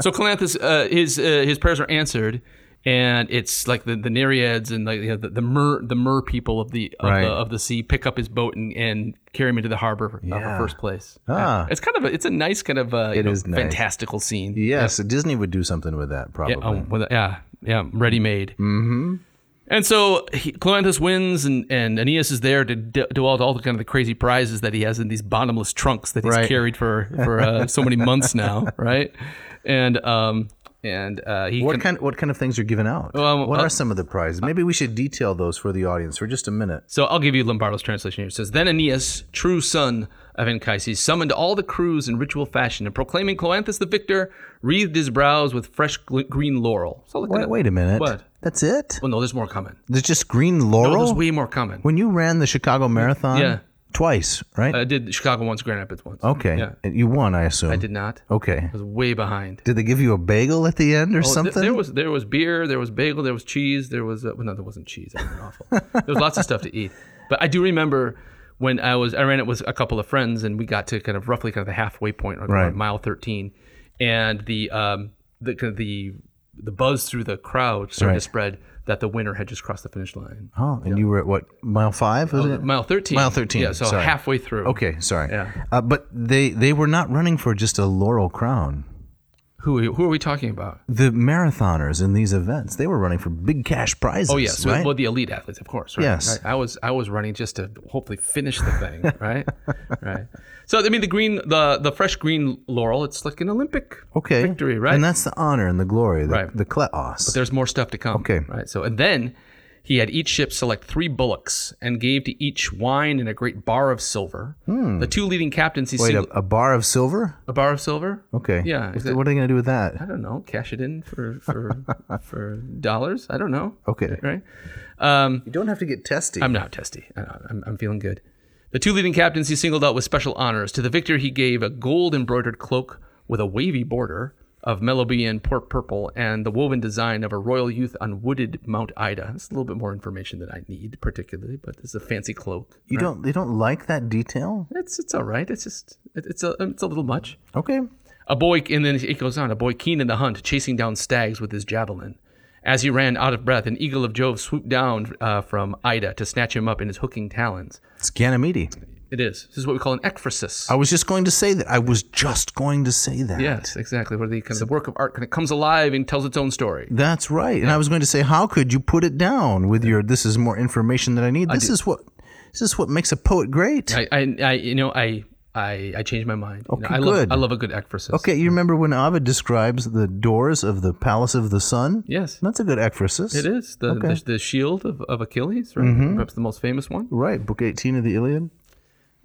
Speaker 2: so Calanthus, uh, his uh, his prayers are answered. And it's like the, the Nereids and like you know, the the mer the mer people of the of,
Speaker 1: Right.
Speaker 2: the of the sea pick up his boat and, and carry him into the harbor uh,
Speaker 1: Yeah.
Speaker 2: for first place.
Speaker 1: Ah.
Speaker 2: Yeah. It's kind of a, it's a nice kind of uh, you
Speaker 1: It
Speaker 2: know,
Speaker 1: is nice.
Speaker 2: fantastical scene.
Speaker 1: Yes, Disney would do something with that probably.
Speaker 2: Yeah, um, with a- yeah, yeah, ready made. Mm-hmm. And so he, Cloanthus wins, and, and Aeneas is there to d- do all, all the kind of the crazy prizes that he has in these bottomless trunks that he's
Speaker 1: Right.
Speaker 2: carried for for uh, so many months now, (laughs) right? And um and uh, he
Speaker 1: what
Speaker 2: can-
Speaker 1: kind what kind of things are given out?
Speaker 2: Um,
Speaker 1: what
Speaker 2: uh,
Speaker 1: are some of the prizes? Maybe we should detail those for the audience for just a minute.
Speaker 2: So I'll give you Lombardo's translation here. It says, Then Aeneas, true son of Anchises, summoned all the crews in ritual fashion, and proclaiming Cloanthus the victor, wreathed his brows with fresh gl- green laurel. So look at
Speaker 1: Wait,
Speaker 2: that.
Speaker 1: wait a minute.
Speaker 2: What?
Speaker 1: That's it?
Speaker 2: Well, no, there's more coming.
Speaker 1: There's just green
Speaker 2: Oh,
Speaker 1: laurel.
Speaker 2: there's way more coming.
Speaker 1: when you ran the Chicago Marathon
Speaker 2: Yeah.
Speaker 1: twice, right?
Speaker 2: I did Chicago once, Grand Rapids once.
Speaker 1: okay.
Speaker 2: Yeah.
Speaker 1: And You won, I assume.
Speaker 2: I did not. I
Speaker 1: Okay.
Speaker 2: was way behind.
Speaker 1: Did they give you a bagel at the end or
Speaker 2: Well, Oh, th-
Speaker 1: something?
Speaker 2: there was there was beer, there was bagel, there was cheese, there was uh, well, no, there wasn't cheese. That would awful. there was lots of stuff to eat. But I do remember when I was I ran it with a couple of friends, and we got to kind of roughly kind of the halfway point, or
Speaker 1: Right.
Speaker 2: mile thirteen, and the um the kind of the the buzz through the crowd started to
Speaker 1: Right.
Speaker 2: spread that the winner had just crossed the finish line.
Speaker 1: oh, and you were at what mile five? Was it?
Speaker 2: Oh, Mile thirteen.
Speaker 1: Mile 13,
Speaker 2: Yeah, so
Speaker 1: sorry.
Speaker 2: halfway through.
Speaker 1: Okay, sorry.
Speaker 2: Yeah.
Speaker 1: Uh, but they they were not running for just a laurel crown.
Speaker 2: Who who are we talking about?
Speaker 1: The marathoners in these events, they were running for big cash prizes.
Speaker 2: Oh yes,
Speaker 1: right?
Speaker 2: well the elite athletes, of course. Right?
Speaker 1: Yes.
Speaker 2: Right. I was I was running just to hopefully finish the thing, (laughs) right? right. So I mean the green the the fresh green laurel, it's like an Olympic
Speaker 1: okay.
Speaker 2: victory, right?
Speaker 1: And that's the honor and the glory, the,
Speaker 2: Right.
Speaker 1: the kleos.
Speaker 2: There's more stuff to come.
Speaker 1: Okay.
Speaker 2: Right. So and then He had each ship select three bullocks and gave to each wine and a great bar of silver. The two leading captains he
Speaker 1: Hmm. Wait, a,
Speaker 2: singl-
Speaker 1: a bar of silver?
Speaker 2: a bar of silver.
Speaker 1: Okay.
Speaker 2: Yeah,
Speaker 1: What's-
Speaker 2: exactly.
Speaker 1: What are they going to do with that?
Speaker 2: I don't know. Cash it in for for (laughs) for dollars. I don't know.
Speaker 1: Okay.
Speaker 2: Right. Um,
Speaker 1: You don't have to get testy.
Speaker 2: I'm not testy. I- I'm, I'm feeling good. The two leading captains he singled out with special honors. To the victor, he gave a gold embroidered cloak with a wavy border of Melobian port purple and the woven design of a royal youth on wooded Mount Ida. That's a little bit more information that I need, particularly, but this is a fancy cloak.
Speaker 1: you don't. You don't like that detail?
Speaker 2: It's it's all right. It's just it, it's a it's a little much.
Speaker 1: Okay.
Speaker 2: A boy, and then it goes on. A boy keen in the hunt, chasing down stags with his javelin. As he ran out of breath, an eagle of Jove swooped down uh, from Ida to snatch him up in his hooking talons.
Speaker 1: It's Ganymede.
Speaker 2: It is. This is what we call an ekphrasis.
Speaker 1: I was just going to say that. I was just going to say that.
Speaker 2: yes, exactly. Where the kind of the work of art kind of comes alive and tells its own story.
Speaker 1: That's right. And I was going to say, how could you put it down with your? This is more information that I need. This is what. This is what makes a poet great.
Speaker 2: I, I, I you know, I, I, I changed my mind. You know,
Speaker 1: Okay,
Speaker 2: I love,
Speaker 1: good.
Speaker 2: I love a good ekphrasis.
Speaker 1: Okay, you remember when Ovid describes the doors of the palace of the sun?
Speaker 2: Yes,
Speaker 1: That's a good ekphrasis.
Speaker 2: it is the the, the shield of, of Achilles, right?
Speaker 1: Mm-hmm.
Speaker 2: Perhaps the most famous one.
Speaker 1: Right, book 18 of the Iliad.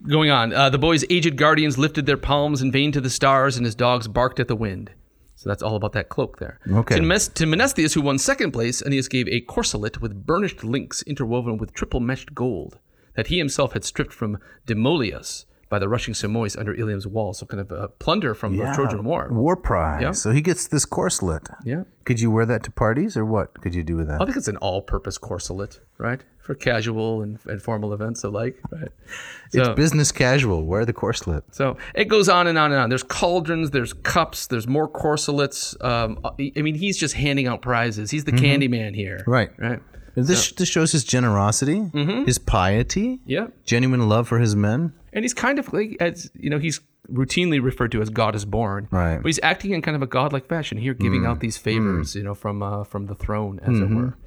Speaker 2: Going on, uh, the boy's aged guardians lifted their palms in vain to the stars, and his dogs barked at the wind. So that's all about that cloak there.
Speaker 1: Okay.
Speaker 2: To, Mes- to Menestheus, who won second place, Aeneas gave a corselet with burnished links interwoven with triple meshed gold that he himself had stripped from Demolius by the rushing Samois under Ilium's wall. So kind of uh, plunder from the Trojan War.
Speaker 1: War prize.
Speaker 2: Yeah.
Speaker 1: So he gets this corselet.
Speaker 2: Yeah.
Speaker 1: Could you wear that to parties or what could you do with that?
Speaker 2: I think it's an all-purpose corselet, right? For casual and, and formal events alike, right?
Speaker 1: it's
Speaker 2: So-
Speaker 1: business casual. Wear the corselet.
Speaker 2: So it goes on and on and on. There's cauldrons, there's cups, there's more corselets. Um, I mean, he's just handing out prizes. He's the candy man here.
Speaker 1: Mm-hmm. Right.
Speaker 2: Right. Mm-hmm.
Speaker 1: This, this shows his generosity, his piety,
Speaker 2: Yeah.
Speaker 1: genuine love for his men.
Speaker 2: And he's kind of like, as you know, he's routinely referred to as God is born.
Speaker 1: Right. Mm.
Speaker 2: But he's acting in kind of a godlike fashion here, giving out these favors, you know, from uh, from the throne, as
Speaker 1: Mm-hmm.
Speaker 2: it were.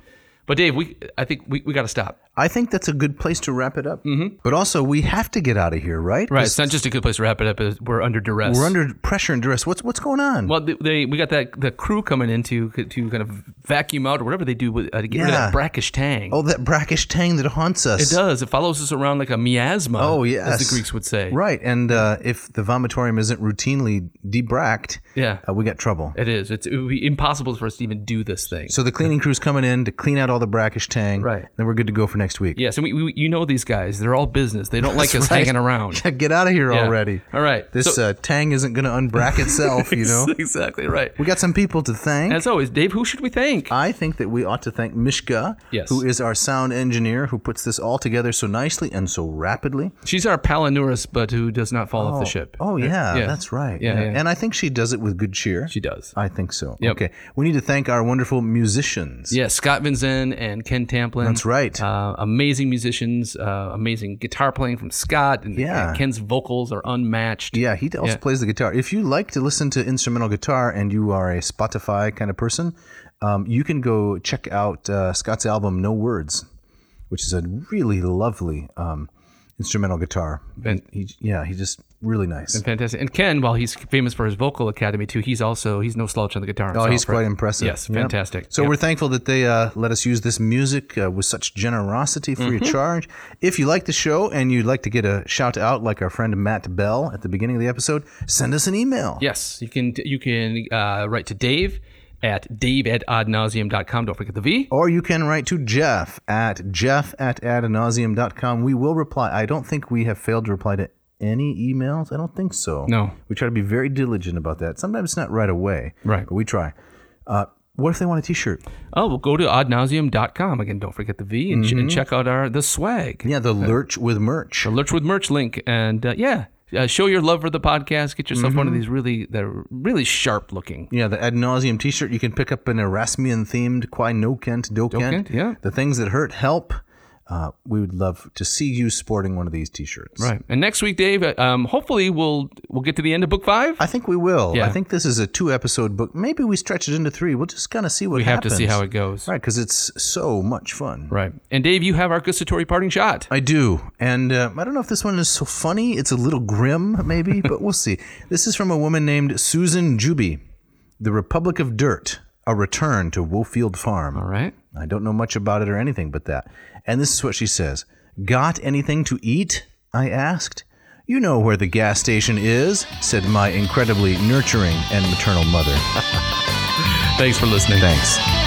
Speaker 2: But Dave, we I think we, we got to stop.
Speaker 1: I think that's a good place to wrap it up. Mm-hmm. But also, we have to get out of here, right? 'Cause
Speaker 2: It's not just a good place to wrap it up. is We're under duress.
Speaker 1: We're under pressure and duress. What's what's going on?
Speaker 2: Well, they, they we got that the crew coming in to to kind of vacuum out or whatever they do with, uh, to get rid of
Speaker 1: Yeah.
Speaker 2: that brackish tang.
Speaker 1: oh, that brackish tang that haunts us.
Speaker 2: It does. It follows us around like a miasma.
Speaker 1: Oh,
Speaker 2: as
Speaker 1: yes.
Speaker 2: the Greeks would say.
Speaker 1: Right, and uh, if the vomitorium isn't routinely debracked,
Speaker 2: Yeah.
Speaker 1: uh, we got trouble.
Speaker 2: It is. It's, it would be impossible for us to even do this thing.
Speaker 1: So the cleaning crew's coming in to clean out all the brackish tang.
Speaker 2: Right.
Speaker 1: Then we're good to go for next week.
Speaker 2: yes, and we, we you know these guys. They're all business.
Speaker 1: (laughs)
Speaker 2: They don't like us
Speaker 1: right. (laughs)
Speaker 2: hanging around.
Speaker 1: Get out of here
Speaker 2: Yeah.
Speaker 1: already.
Speaker 2: All right.
Speaker 1: This
Speaker 2: So-
Speaker 1: uh, tang isn't going to unbrack itself,
Speaker 2: (laughs)
Speaker 1: you know?
Speaker 2: exactly right.
Speaker 1: We got some people to thank.
Speaker 2: As always, Dave, who should we thank?
Speaker 1: I think that we ought to thank Mishka,
Speaker 2: Yes.
Speaker 1: who is our sound engineer, who puts this all together so nicely and so rapidly.
Speaker 2: She's our palinurus, but who does not fall off the ship. Uh,
Speaker 1: Oh, yeah,
Speaker 2: Yeah.
Speaker 1: that's right.
Speaker 2: Yeah, yeah.
Speaker 1: And I think she does it with good cheer.
Speaker 2: She does.
Speaker 1: I think so.
Speaker 2: Yep.
Speaker 1: Okay. We need to thank our wonderful musicians.
Speaker 2: Yeah, Scott Van Zen and Ken Tamplin.
Speaker 1: That's right.
Speaker 2: Uh, amazing musicians, uh, amazing guitar playing from Scott, and,
Speaker 1: Yeah.
Speaker 2: and Ken's vocals are unmatched.
Speaker 1: Yeah, he also
Speaker 2: Yeah.
Speaker 1: plays the guitar. If you like to listen to instrumental guitar and you are a Spotify kind of person, um, you can go check out uh, Scott's album No Words, which is a really lovely um, instrumental guitar.
Speaker 2: And-
Speaker 1: he, yeah, he's just really nice.
Speaker 2: Fantastic. And Ken, while he's famous for his vocal academy too, he's also he's no slouch on the guitar.
Speaker 1: Oh,
Speaker 2: himself,
Speaker 1: he's
Speaker 2: right?
Speaker 1: quite impressive.
Speaker 2: Yes,
Speaker 1: Yep.
Speaker 2: fantastic.
Speaker 1: So
Speaker 2: Yep.
Speaker 1: we're thankful that they uh, let us use this music uh, with such generosity, free
Speaker 2: Mm-hmm.
Speaker 1: of charge. If you like the show and you'd like to get a shout out, like our friend Matt Bell at the beginning of the episode, send us an email.
Speaker 2: yes, you can you can uh, write to Dave at dave at oddnauseum.com. Don't forget the V.
Speaker 1: Or you can write to Jeff at jeff at adenauseum.com. We will reply. I don't think we have failed to reply to any emails. I don't think so.
Speaker 2: No.
Speaker 1: We try to be very diligent about that. Sometimes it's not right away.
Speaker 2: Right.
Speaker 1: But we try. Uh, what if they want a t shirt?
Speaker 2: Oh, well, go to oddnauseum.com again. Don't forget the V and, ch- and check out our the swag.
Speaker 1: Mm-hmm. Yeah, the Lurch with merch.
Speaker 2: Lurch with merch link and uh, yeah, uh, show your love for the podcast. Get yourself
Speaker 1: Mm-hmm.
Speaker 2: one of these really they're really sharp looking.
Speaker 1: Yeah, the ad nauseum t shirt. You can pick up an Erasmian themed Quai No Kent, Do Kent.
Speaker 2: Kent, yeah.
Speaker 1: The things that hurt help. Uh, we would love to see you sporting one of these t shirts.
Speaker 2: Right. And next week, Dave, uh, um, hopefully we'll we'll get to the end of book five.
Speaker 1: I think we will.
Speaker 2: Yeah.
Speaker 1: I think this is a two episode book. Maybe we stretch it into three. We'll just kind of see what
Speaker 2: we have to
Speaker 1: happens.
Speaker 2: see how it goes.
Speaker 1: Right, because it's so much fun.
Speaker 2: Right. And Dave, you have our gustatory parting shot.
Speaker 1: I do. And uh, I don't know if this one is so funny. It's a little grim,
Speaker 2: (laughs)
Speaker 1: maybe, but we'll see. This is from a woman named Susan Juby, The Republic of Dirt, A Return to Woolfield Farm.
Speaker 2: All right.
Speaker 1: I don't know much about it or anything but that. And this is what she says Got anything to eat? I asked. You know where the gas station is, said my incredibly nurturing and maternal mother.
Speaker 2: (laughs) Thanks for listening.
Speaker 1: Thanks.